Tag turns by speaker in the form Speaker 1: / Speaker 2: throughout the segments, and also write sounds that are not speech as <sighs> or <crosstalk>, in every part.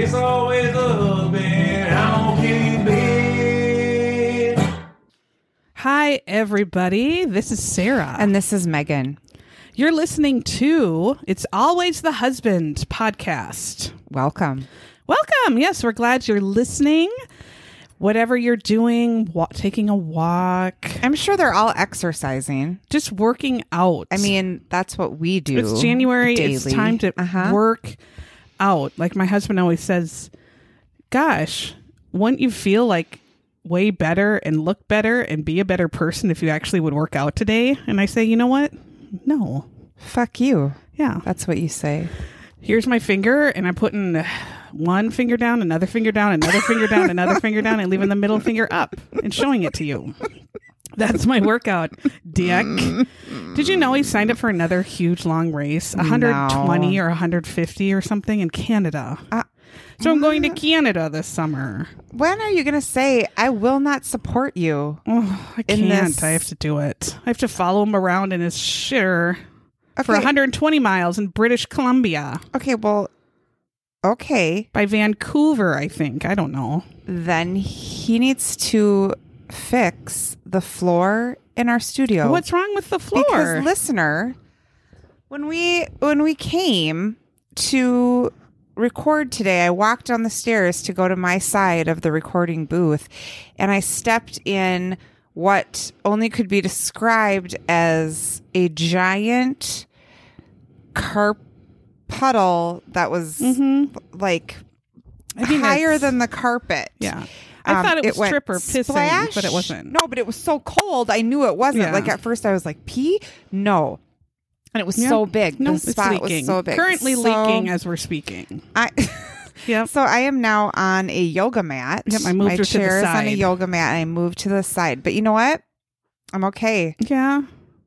Speaker 1: it's always the husband. I don't keep it.
Speaker 2: Hi, everybody. This is Sarah. And
Speaker 3: And this is Megan.
Speaker 2: you're listening to It's Always the Husband podcast.
Speaker 3: Welcome.
Speaker 2: Welcome. Yes, we're glad you're listening. Whatever you're doing, wa- taking a walk,
Speaker 3: I'm sure they're all exercising.
Speaker 2: just working out.
Speaker 3: I mean, that's what we do.
Speaker 2: It's January. It's
Speaker 3: daily.
Speaker 2: time to
Speaker 3: Uh-huh.
Speaker 2: work out. Like my husband always says, "Gosh, wouldn't you feel like way better and look better and be a better person if you actually would work out today?" And I say, "You know what? No.
Speaker 3: Fuck you.
Speaker 2: Yeah.
Speaker 3: That's what you say.
Speaker 2: Here's my finger and I'm putting one finger down, another finger down, another finger down, another finger down and leaving the middle finger up and showing it to you." That's my workout, dick. Did you know he signed up for another huge long race, 120 or 150 or something in Canada?
Speaker 3: Uh,
Speaker 2: so I'm going to Canada this summer.
Speaker 3: When are you going to say, I will not support you?
Speaker 2: Oh, I
Speaker 3: In
Speaker 2: can't.
Speaker 3: this-
Speaker 2: I have to do it. I have to follow him around in his shitter for
Speaker 3: Okay.
Speaker 2: 120 miles in British Columbia
Speaker 3: Okay, well, okay.
Speaker 2: by Vancouver, I think. I don't know.
Speaker 3: Then he needs to fix the floor in our studio.
Speaker 2: What's wrong with the floor?
Speaker 3: Because listener, when we when we came to record today, I walked down the stairs to go to my side of the recording booth and I stepped in what only could be described as a giant car puddle that was
Speaker 2: Mm-hmm.
Speaker 3: like higher
Speaker 2: that's-
Speaker 3: than the carpet.
Speaker 2: yeah. I
Speaker 3: Um,
Speaker 2: thought it was
Speaker 3: went
Speaker 2: stripper pissing,
Speaker 3: splash.
Speaker 2: but it wasn't.
Speaker 3: No, but it was so cold. I knew it wasn't.
Speaker 2: Yeah.
Speaker 3: Like at first, I was like, "Pee? No." And it was
Speaker 2: Yeah.
Speaker 3: so big.
Speaker 2: No,
Speaker 3: the
Speaker 2: it's
Speaker 3: spot
Speaker 2: leaking.
Speaker 3: was so big.
Speaker 2: Currently
Speaker 3: So
Speaker 2: leaking as we're speaking.
Speaker 3: I, <laughs>
Speaker 2: Yep.
Speaker 3: so I am now on a yoga mat.
Speaker 2: Yep, I moved
Speaker 3: my
Speaker 2: her to the
Speaker 3: chair is on a
Speaker 2: side.
Speaker 3: yoga mat, and I moved to the side. But you know what? I'm okay.
Speaker 2: Yeah.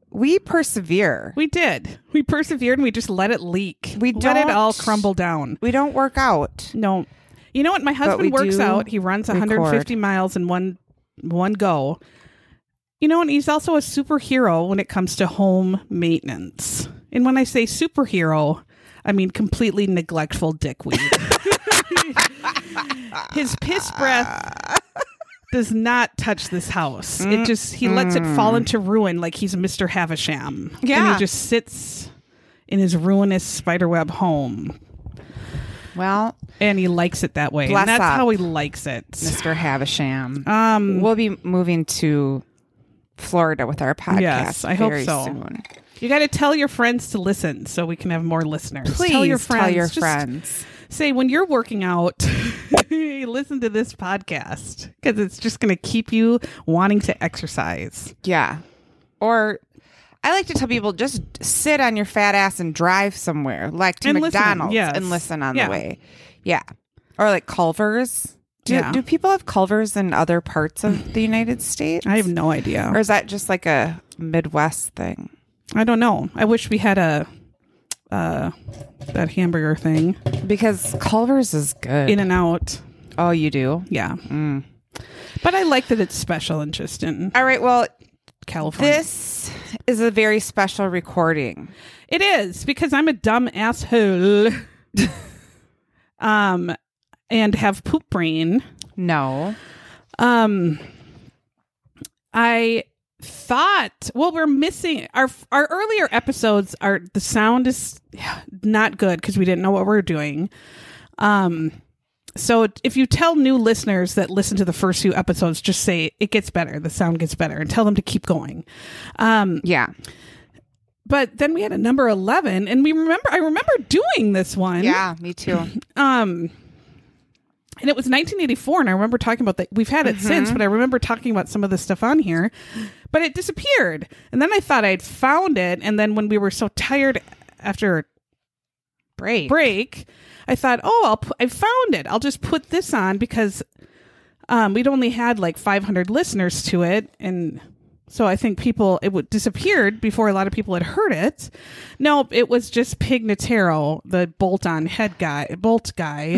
Speaker 3: We persevere. We,
Speaker 2: We did. We persevered and we just let it leak.
Speaker 3: We
Speaker 2: let it all
Speaker 3: don't-
Speaker 2: crumble down.
Speaker 3: don't work out.
Speaker 2: No. You know what? My
Speaker 3: we
Speaker 2: husband works
Speaker 3: do
Speaker 2: out. He runs
Speaker 3: record.
Speaker 2: 150 miles in one one go. You know, and he's also a superhero when it comes to home maintenance. And when I say superhero, I mean completely neglectful dickweed. <laughs> His piss
Speaker 3: <laughs>
Speaker 2: breath does not touch this house.
Speaker 3: Mm,
Speaker 2: It just he lets it fall into ruin like he's Mr. Havisham. And
Speaker 3: Yeah.
Speaker 2: he just sits in his ruinous spiderweb home
Speaker 3: Well,
Speaker 2: and he likes it that way.
Speaker 3: Bless
Speaker 2: and that's
Speaker 3: up.
Speaker 2: how he likes it.
Speaker 3: Mr. Havisham,
Speaker 2: Um,
Speaker 3: we'll be moving to Florida with our podcast.
Speaker 2: Yes, I hope
Speaker 3: very
Speaker 2: so.
Speaker 3: Soon.
Speaker 2: you got to tell your friends to listen so we can have more listeners.
Speaker 3: Please
Speaker 2: tell your friends.
Speaker 3: Tell your
Speaker 2: Just
Speaker 3: friends.
Speaker 2: Say when you're working out, <laughs> listen to this podcast because it's just going to keep you wanting to exercise.
Speaker 3: Yeah. Or I like to tell people just sit on your fat ass and drive somewhere, like to
Speaker 2: And listen,
Speaker 3: McDonald's
Speaker 2: yes.
Speaker 3: and listen on
Speaker 2: Yeah.
Speaker 3: the way. Yeah. Or like Culver's. Do,
Speaker 2: Yeah.
Speaker 3: do people have Culver's in other parts of
Speaker 2: <clears throat>
Speaker 3: the United States?
Speaker 2: I have no idea.
Speaker 3: or is that just like a Midwest thing?
Speaker 2: I don't know. I wish we had a uh that hamburger thing
Speaker 3: Because Culver's is good.
Speaker 2: in and out.
Speaker 3: oh, you do?
Speaker 2: Yeah.
Speaker 3: Mm.
Speaker 2: But I like that it's special and just in
Speaker 3: All right. Well,
Speaker 2: California.
Speaker 3: this is a very special recording.
Speaker 2: It is because I'm a dumb asshole. um and have poop brain.
Speaker 3: No.
Speaker 2: Um I thought well we're missing our our earlier episodes are the sound is not good cuz we didn't know what we were doing. Um so if you tell new listeners that listen to the first few episodes just say it gets better, the sound gets better and tell them to keep going. Um
Speaker 3: Yeah.
Speaker 2: but then we had a number 11 and we remember I remember doing this one.
Speaker 3: Yeah, me too.
Speaker 2: Um, and it was 1984, and I remember talking about that. We've had it
Speaker 3: Mm-hmm.
Speaker 2: since, but I remember talking about some of the stuff on here, but it disappeared. And then I thought I'd found it, and then when we were so tired after
Speaker 3: Break.
Speaker 2: break, I thought, oh, I'll pu- I found it. I'll just put this on because um, we'd only had like 500 listeners to it, and so I think people it would disappeared before a lot of people had heard it. No, it was just Pignataro, the bolt-on head guy, bolt
Speaker 3: <sighs>
Speaker 2: guy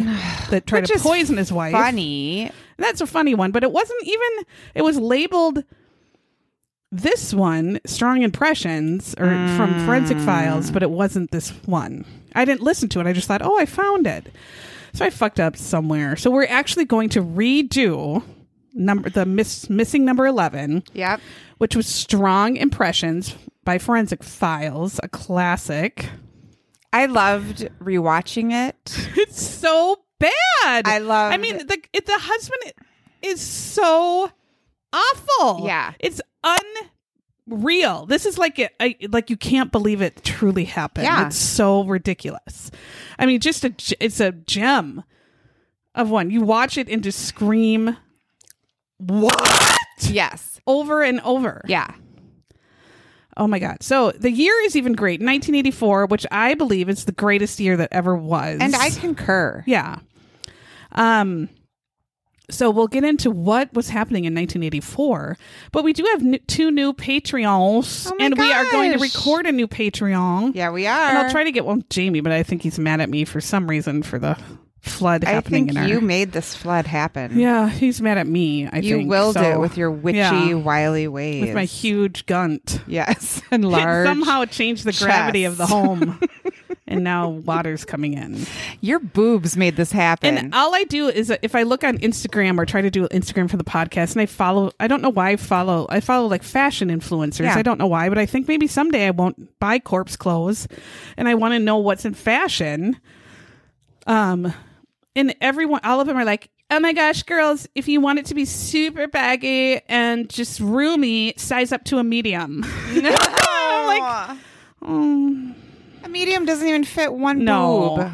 Speaker 2: that tried
Speaker 3: Which
Speaker 2: to
Speaker 3: is
Speaker 2: poison his wife.
Speaker 3: Funny.
Speaker 2: That's a funny one, but it wasn't even. It was labeled this one strong impressions or from forensic files but it wasn't this one i didn't listen to it i just thought oh i found it so i fucked up somewhere so we're actually going to redo number the miss, missing number 11
Speaker 3: Yep.
Speaker 2: which was strong impressions by forensic files a classic
Speaker 3: I loved rewatching it.
Speaker 2: it's so bad
Speaker 3: I loved
Speaker 2: I mean, the it, the husband is so awful.
Speaker 3: Yeah.
Speaker 2: it's unreal. This is like it, I, like you can't believe it truly happened.
Speaker 3: Yeah.
Speaker 2: it's so ridiculous. I mean, just a g- it's a gem of one. You watch it and just scream what
Speaker 3: Yes.
Speaker 2: over and over.
Speaker 3: Yeah.
Speaker 2: Oh my god. So the year is even great. 1984, which I believe is the greatest year that ever was.
Speaker 3: And I concur.
Speaker 2: Yeah. Um so we'll get into what was happening in 1984, but we do have n- two new Patreons
Speaker 3: Oh my
Speaker 2: and we are going to
Speaker 3: gosh.
Speaker 2: record a new Patreon.
Speaker 3: Yeah, we are.
Speaker 2: And I'll try to get one with Jamie, but I think he's mad at me for some reason for the flood
Speaker 3: I
Speaker 2: happening
Speaker 3: think
Speaker 2: in our
Speaker 3: you made this flood happen.
Speaker 2: Yeah, he's mad at me, I
Speaker 3: You
Speaker 2: think.
Speaker 3: willed
Speaker 2: so-
Speaker 3: it with your witchy,
Speaker 2: Yeah.
Speaker 3: wily ways.
Speaker 2: with my huge gunt. <laughs>
Speaker 3: Yes. <laughs> And large.
Speaker 2: Somehow it changed the gravity of the
Speaker 3: chest. <laughs>
Speaker 2: home. and now water's coming in.
Speaker 3: Your boobs made this happen.
Speaker 2: And all I do is if I look on Instagram or try to do Instagram for the podcast, and I follow, I don't know why I follow, I follow like fashion influencers.
Speaker 3: Yeah.
Speaker 2: I don't know why, but I think maybe someday I won't buy corpse clothes, and I want to know what's in fashion. Um, and everyone, all of them are like, "Oh my gosh, girls! If you want it to be super baggy and just roomy, size up to a medium." <laughs> I'm like, "Mm,
Speaker 3: a medium doesn't even fit one
Speaker 2: No.
Speaker 3: boob.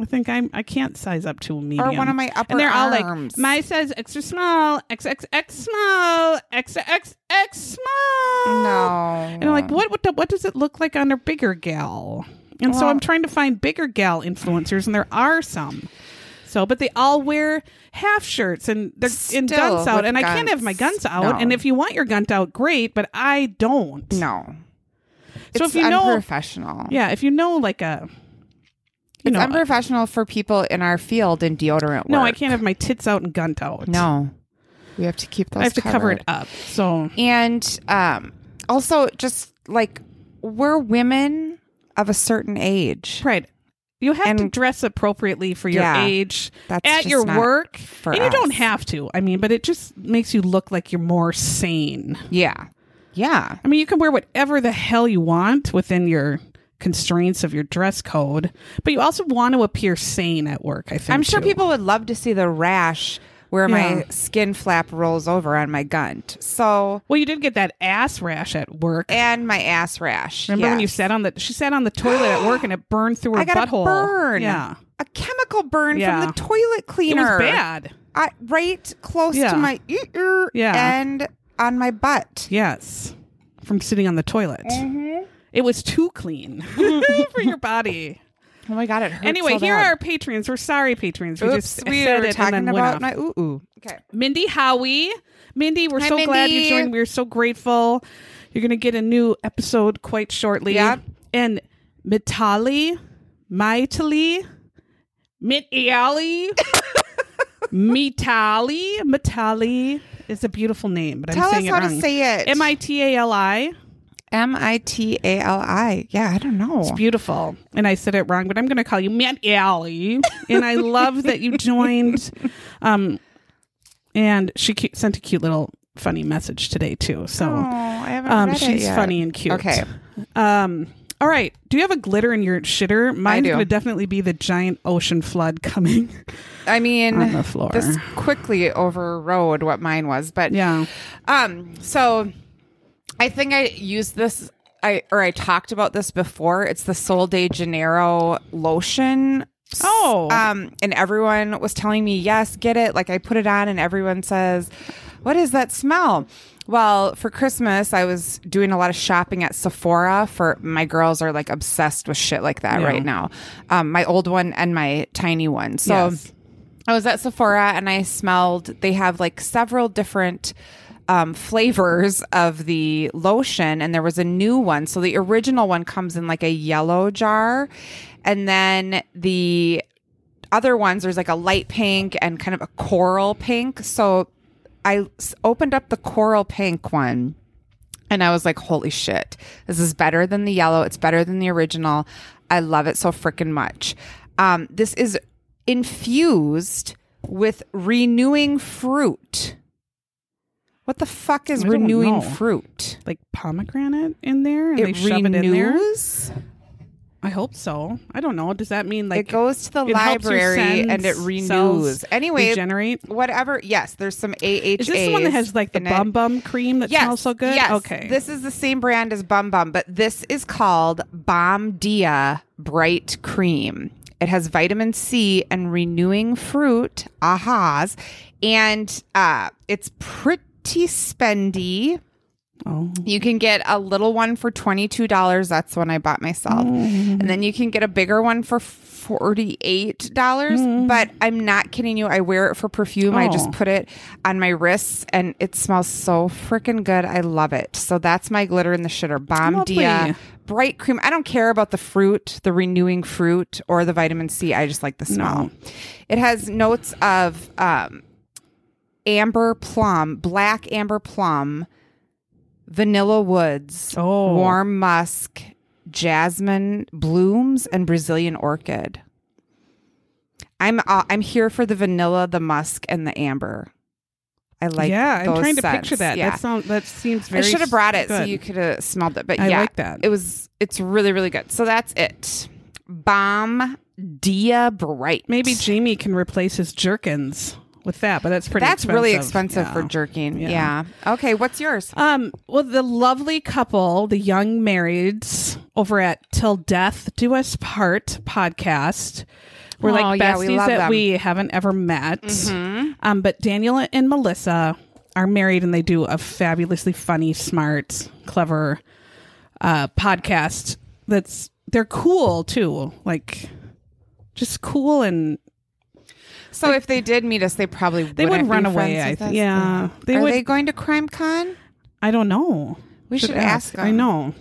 Speaker 2: I think I'm I can't size up to a medium
Speaker 3: Or one of my upper
Speaker 2: and they're
Speaker 3: arms.
Speaker 2: all like my size extra small xxx small xxx small
Speaker 3: No.
Speaker 2: and i'm like what what, the, what does it look like on a bigger gal and so
Speaker 3: Well-
Speaker 2: i'm trying to find bigger gal influencers and there are some so but they all wear half shirts and they're in
Speaker 3: Still
Speaker 2: guns out
Speaker 3: with
Speaker 2: and i can't
Speaker 3: guns.
Speaker 2: have my guns out
Speaker 3: No.
Speaker 2: and if you want your guns out great but i don't
Speaker 3: No.
Speaker 2: so
Speaker 3: it's
Speaker 2: if you know
Speaker 3: unprofessional.
Speaker 2: yeah if you know like a you
Speaker 3: It's
Speaker 2: know
Speaker 3: unprofessional for people in our field in deodorant
Speaker 2: no i
Speaker 3: work.
Speaker 2: can't have my tits out and gunt out
Speaker 3: No. We have to keep those
Speaker 2: i have to cover
Speaker 3: covered.
Speaker 2: it up so
Speaker 3: And um, also, just like we're women of a certain age.
Speaker 2: Right. You have to
Speaker 3: And-
Speaker 2: dress appropriately for your
Speaker 3: Yeah.
Speaker 2: age
Speaker 3: That's
Speaker 2: at
Speaker 3: just
Speaker 2: your
Speaker 3: not
Speaker 2: work.
Speaker 3: for
Speaker 2: and you don't
Speaker 3: us.
Speaker 2: have to. I mean, but it just makes you look like you're more sane.
Speaker 3: Yeah. Yeah.
Speaker 2: I mean, you can wear whatever the hell you want within your constraints of your dress code, but you also want to appear sane at work, I think.
Speaker 3: I'm sure
Speaker 2: too.
Speaker 3: people would love to see the rash where
Speaker 2: Yeah.
Speaker 3: my skin flap rolls over on my gunt. So,
Speaker 2: Well, you did get that ass rash at work.
Speaker 3: and my ass rash.
Speaker 2: Remember when you
Speaker 3: Eh, yes.
Speaker 2: sat on the she sat on the toilet at work and it burned through her
Speaker 3: I got
Speaker 2: butthole.
Speaker 3: a burn.
Speaker 2: Yeah.
Speaker 3: A chemical burn
Speaker 2: Yeah.
Speaker 3: from the toilet
Speaker 2: It was
Speaker 3: cleaner.
Speaker 2: bad.
Speaker 3: I, right close
Speaker 2: Yeah.
Speaker 3: to my ear
Speaker 2: Yeah.
Speaker 3: and on my butt.
Speaker 2: Yes. From sitting on the toilet.
Speaker 3: Mm-hmm.
Speaker 2: It was too clean <laughs> for your
Speaker 3: <laughs>
Speaker 2: body.
Speaker 3: Oh my god, it hurts.
Speaker 2: anyway,
Speaker 3: so
Speaker 2: here
Speaker 3: bad.
Speaker 2: are our patrons. We're sorry, patrons. We
Speaker 3: Oops,
Speaker 2: just
Speaker 3: we
Speaker 2: said
Speaker 3: were
Speaker 2: it and
Speaker 3: talking
Speaker 2: then
Speaker 3: about
Speaker 2: went off.
Speaker 3: my ooh ooh. Okay.
Speaker 2: Mindy Howie. Mindy, we're
Speaker 3: Hi,
Speaker 2: so glad you
Speaker 3: Mindy.
Speaker 2: joined. We're so grateful. You're going to get a new episode quite shortly.
Speaker 3: Yep.
Speaker 2: And Mitali, Mitali,
Speaker 3: <laughs>
Speaker 2: Mitiali, Mitali, Mitali is a beautiful name, but I'm
Speaker 3: Tell us
Speaker 2: saying
Speaker 3: how
Speaker 2: it wrong.
Speaker 3: to say it.
Speaker 2: M I T A L I.
Speaker 3: M I T A L I. Yeah, I don't know.
Speaker 2: It's beautiful. And I said it wrong, but I'm going to call you Matt Alley. and I love that you joined. Um, and she cu- sent a cute little funny message today, too. So
Speaker 3: Oh, I haven't
Speaker 2: um,
Speaker 3: read it
Speaker 2: she's
Speaker 3: yet.
Speaker 2: funny and cute.
Speaker 3: Okay.
Speaker 2: Um, all right. Do you have a glitter in your shitter? Mine's
Speaker 3: do.
Speaker 2: going to definitely be the giant ocean flood coming <laughs>
Speaker 3: I mean,
Speaker 2: on
Speaker 3: <laughs>
Speaker 2: the floor.
Speaker 3: this quickly overrode what mine was, but
Speaker 2: yeah.
Speaker 3: Um, so I think I used this I or I talked about this before. It's the Sol de Janeiro lotion.
Speaker 2: Oh.
Speaker 3: Um, and everyone was telling me, yes, get it. Like I put it on and everyone says, What is that smell? Well, for Christmas, I was doing a lot of shopping at Sephora for my girls are like obsessed with shit like that
Speaker 2: Yeah.
Speaker 3: right now. Um, my old one and my tiny one. So
Speaker 2: Yes.
Speaker 3: I was at Sephora and I smelled, they have like several different um, flavors of the lotion, and there was a new one. So the original one comes in like a yellow jar, and then the other ones, there's like a light pink and kind of a coral pink. So I s- opened up the coral pink one. And I was like, holy shit, this is better than the yellow. It's better than the original. I love it so freaking much. Um, this is infused with renewing fruit. What the fuck is
Speaker 2: I don't
Speaker 3: renewing
Speaker 2: know.
Speaker 3: fruit?
Speaker 2: like pomegranate in there and they
Speaker 3: It
Speaker 2: shove it in there.
Speaker 3: renews?
Speaker 2: I hope so. I don't know. Does that mean
Speaker 3: It
Speaker 2: like
Speaker 3: goes to the
Speaker 2: it helps your
Speaker 3: library and it
Speaker 2: sense
Speaker 3: renews.
Speaker 2: cells
Speaker 3: Anyway,
Speaker 2: regenerate?
Speaker 3: whatever. Yes, there's some AHA.
Speaker 2: Is this the one that has like the bum bum cream that
Speaker 3: Yes.
Speaker 2: smells so good?
Speaker 3: Yes.
Speaker 2: Okay.
Speaker 3: This is the same brand as Bum Bum, but this is called Bomb Dia Bright Cream. It has vitamin C and renewing fruit, ahas, and uh, it's pretty spendy.
Speaker 2: oh.
Speaker 3: You can get a little one for $22. That's one I bought myself.
Speaker 2: Mm-hmm.
Speaker 3: And then you can get a bigger one for $48. But I'm not kidding you. I wear it for perfume. I just
Speaker 2: Mm-hmm. Oh.
Speaker 3: put it on my wrists and it smells so freaking good. I love it. So that's my glitter in the shitter. Bomb
Speaker 2: Lovely.
Speaker 3: Dia. Bright cream. I don't care about the fruit, the renewing fruit, or the vitamin C. I just like the smell. It has notes of um, amber plum, black amber plum, vanilla woods,
Speaker 2: Oh.
Speaker 3: warm musk, jasmine blooms, and Brazilian orchid. I'm uh, I'm here for the vanilla, the musk, and the amber. I like.
Speaker 2: yeah, I'm
Speaker 3: those
Speaker 2: trying to
Speaker 3: scents.
Speaker 2: picture that.
Speaker 3: Yeah.
Speaker 2: That sounds that seems
Speaker 3: I
Speaker 2: very
Speaker 3: should have brought it so
Speaker 2: good.
Speaker 3: you could have smelled it. But
Speaker 2: I
Speaker 3: yeah,
Speaker 2: like that.
Speaker 3: It was. It's really really good. So that's it. Bomb Dia Bright.
Speaker 2: Maybe Jamie can replace his jerkins with that, but that's pretty
Speaker 3: That's
Speaker 2: expensive.
Speaker 3: really expensive for
Speaker 2: Yeah.
Speaker 3: jerking. Yeah.
Speaker 2: Yeah.
Speaker 3: Okay, what's yours?
Speaker 2: Um, well, the lovely couple, the young marrieds over at Till Death Do Us Part podcast. We're
Speaker 3: Oh,
Speaker 2: like
Speaker 3: yeah,
Speaker 2: besties
Speaker 3: we love
Speaker 2: that
Speaker 3: them. Mm-hmm.
Speaker 2: we haven't ever met. Um, but Daniela and Melissa are married and they do a fabulously funny, smart, clever uh, podcast that's they're cool too. Like just cool and
Speaker 3: So if they did meet us, they probably
Speaker 2: they would
Speaker 3: wouldn't
Speaker 2: run
Speaker 3: be
Speaker 2: away.
Speaker 3: friends
Speaker 2: I
Speaker 3: with
Speaker 2: think.
Speaker 3: us.
Speaker 2: Yeah. They
Speaker 3: Are
Speaker 2: would
Speaker 3: they going to Crime Con?
Speaker 2: I don't know.
Speaker 3: We should ask
Speaker 2: I
Speaker 3: them.
Speaker 2: know.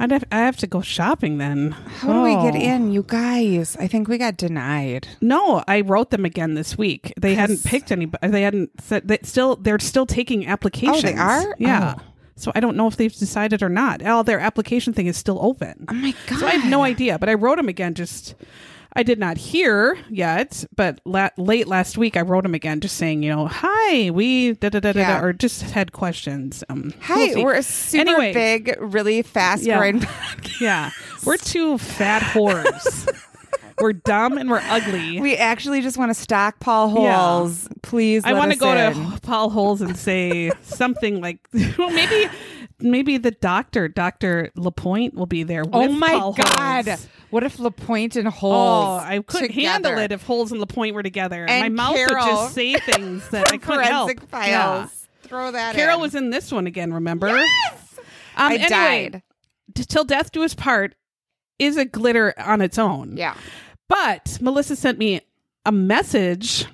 Speaker 2: I'd have, I have to go shopping then.
Speaker 3: How do we get
Speaker 2: Oh.
Speaker 3: in, you guys? I think we got denied.
Speaker 2: No, I wrote them again this week. They hadn't picked anybody. They hadn't said that. Still, they're still taking applications.
Speaker 3: Oh, are?
Speaker 2: Yeah.
Speaker 3: Oh.
Speaker 2: So I don't know if they've decided or not. All their application thing is still open.
Speaker 3: Oh my god!
Speaker 2: So I have no idea. But I wrote him again. Just I did not hear yet. But la- late last week, I wrote him again, just saying, you know, hi, we da da da da,
Speaker 3: Yeah.
Speaker 2: da or just had questions. Um,
Speaker 3: Hi,
Speaker 2: we
Speaker 3: we're a super
Speaker 2: Anyway.
Speaker 3: big, really fast
Speaker 2: Yeah.
Speaker 3: growing.
Speaker 2: <laughs>
Speaker 3: <laughs>
Speaker 2: Yeah. We're two fat
Speaker 3: <laughs>
Speaker 2: whores. we're dumb and we're ugly.
Speaker 3: we actually just want to stock Paul holes. Please,
Speaker 2: I want to go
Speaker 3: in.
Speaker 2: to <laughs> Paul Holes and say something like, <laughs> well, maybe, maybe the doctor, Doctor Lapointe, will be there.
Speaker 3: Oh
Speaker 2: with
Speaker 3: my
Speaker 2: Paul
Speaker 3: god!
Speaker 2: Holes.
Speaker 3: What if Lapointe and
Speaker 2: Oh,
Speaker 3: Holes?
Speaker 2: I couldn't
Speaker 3: together?
Speaker 2: handle it if Holes and Lapointe were together. my
Speaker 3: And
Speaker 2: mouth
Speaker 3: Carol
Speaker 2: would just say things that I
Speaker 3: <laughs>
Speaker 2: couldn't help.
Speaker 3: Forensic
Speaker 2: Yeah.
Speaker 3: files. Throw that.
Speaker 2: Carol
Speaker 3: in.
Speaker 2: was in this one again. Remember? Yes. Um,
Speaker 3: I
Speaker 2: anyway,
Speaker 3: died.
Speaker 2: T- Till death do us part is a glitter on its own.
Speaker 3: Yeah.
Speaker 2: But Melissa sent me a message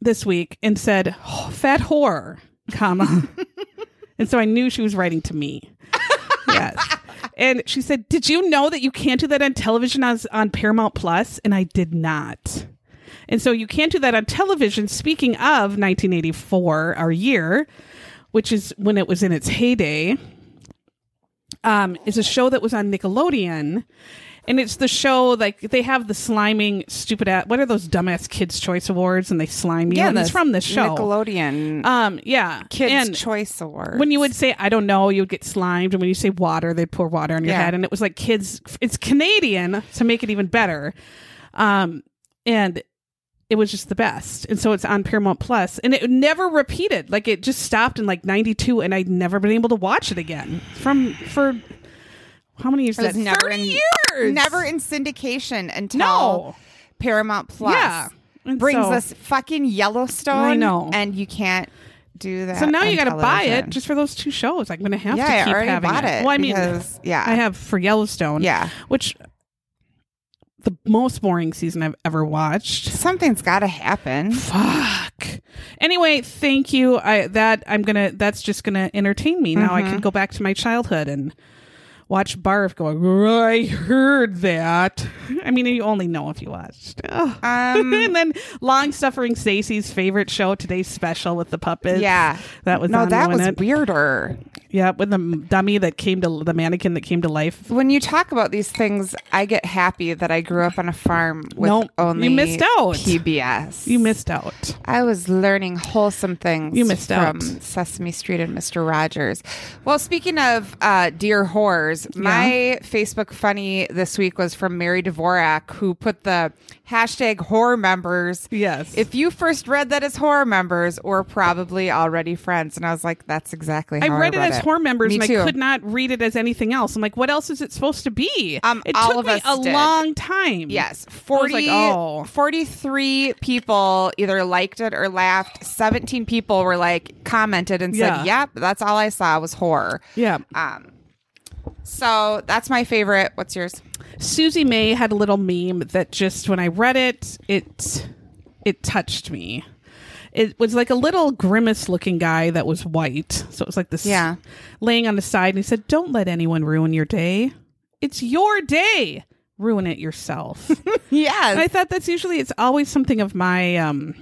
Speaker 2: this week and said, "Oh, "Fat whore," comma, <laughs> and so I knew she was writing to me.
Speaker 3: <laughs>
Speaker 2: yes, and she said, "Did you know that you can't do that on television on, on Paramount Plus?" And I did not. And so you can't do that on television. Speaking of 1984, our year, which is when it was in its heyday, um, is a show that was on Nickelodeon. And it's the show like they have the sliming stupid at what are those dumbass kids choice awards and they slime you and it's from this show.
Speaker 3: Nickelodeon
Speaker 2: um yeah.
Speaker 3: Kids
Speaker 2: and
Speaker 3: Choice Award.
Speaker 2: when you would say I don't know, you would get slimed and when you say water, they'd pour water on your
Speaker 3: Yeah.
Speaker 2: head and it was like kids it's Canadian to make it even better. Um and it was just the best. And so it's on Paramount Plus and it never repeated. Like it just stopped in like 92 and I'd never been able to watch it again from for how many years?
Speaker 3: it
Speaker 2: is
Speaker 3: was
Speaker 2: that?
Speaker 3: never
Speaker 2: 30
Speaker 3: in
Speaker 2: years.
Speaker 3: never in syndication until
Speaker 2: No.
Speaker 3: Paramount Plus.
Speaker 2: Yeah. And
Speaker 3: brings
Speaker 2: so-
Speaker 3: us fucking Yellowstone.
Speaker 2: I know.
Speaker 3: and you can't do that.
Speaker 2: So now you
Speaker 3: got to
Speaker 2: buy it just for those two shows. I'm going to have
Speaker 3: yeah,
Speaker 2: to keep
Speaker 3: I already
Speaker 2: having
Speaker 3: bought it.
Speaker 2: Well, I mean,
Speaker 3: because- yeah,
Speaker 2: I have for Yellowstone,
Speaker 3: yeah.
Speaker 2: which the most boring season I've ever watched.
Speaker 3: Something's got
Speaker 2: <laughs>
Speaker 3: to happen.
Speaker 2: Fuck. Anyway, thank you. I that I'm gonna. That's just gonna entertain me. Now I
Speaker 3: Mm-hmm.
Speaker 2: can go back to my childhood and watch Barf going. I heard that. I mean, you only know if you watched. Ugh.
Speaker 3: Um,
Speaker 2: and then long suffering Stacy's favorite show today's special with the puppets.
Speaker 3: yeah.
Speaker 2: that was
Speaker 3: No, that was
Speaker 2: it.
Speaker 3: weirder.
Speaker 2: yeah with the m- dummy that came to the mannequin that came to life.
Speaker 3: When you talk about these things, I get happy that I grew up on a farm with
Speaker 2: Nope, you
Speaker 3: only
Speaker 2: missed out.
Speaker 3: PBS.
Speaker 2: You missed out.
Speaker 3: I was learning wholesome things.
Speaker 2: You missed
Speaker 3: from
Speaker 2: out.
Speaker 3: Sesame Street and Mister Rogers. Well, speaking of uh, dear whores, my Facebook funny this week was from Mary Dvorak, who put the hashtag whore members.
Speaker 2: Yes.
Speaker 3: If you first read that as horror members, we're probably already friends. And I was like, that's exactly how
Speaker 2: I
Speaker 3: I
Speaker 2: read it as horror members
Speaker 3: Me
Speaker 2: and
Speaker 3: too.
Speaker 2: I could not read it as anything else. I'm like, what else is it supposed to be?
Speaker 3: Um,
Speaker 2: it
Speaker 3: all
Speaker 2: took
Speaker 3: of
Speaker 2: me
Speaker 3: us
Speaker 2: a
Speaker 3: did.
Speaker 2: long time.
Speaker 3: Yes,
Speaker 2: was
Speaker 3: 40,
Speaker 2: like, oh.
Speaker 3: 43 people either liked it or laughed. 17 people were like commented and
Speaker 2: Yeah.
Speaker 3: said, "Yep, that's all I saw was horror."
Speaker 2: Yeah.
Speaker 3: Um, so that's my favorite. What's yours?
Speaker 2: Susie May had a little meme that just when I read it, it it touched me. It was like a little grimace looking guy that was white. So it was like this
Speaker 3: Yeah.
Speaker 2: laying on the side and he said, Don't let anyone ruin your day. It's your day. Ruin it
Speaker 3: <laughs>
Speaker 2: yourself.
Speaker 3: Yes.
Speaker 2: I thought that's usually it's always something of my um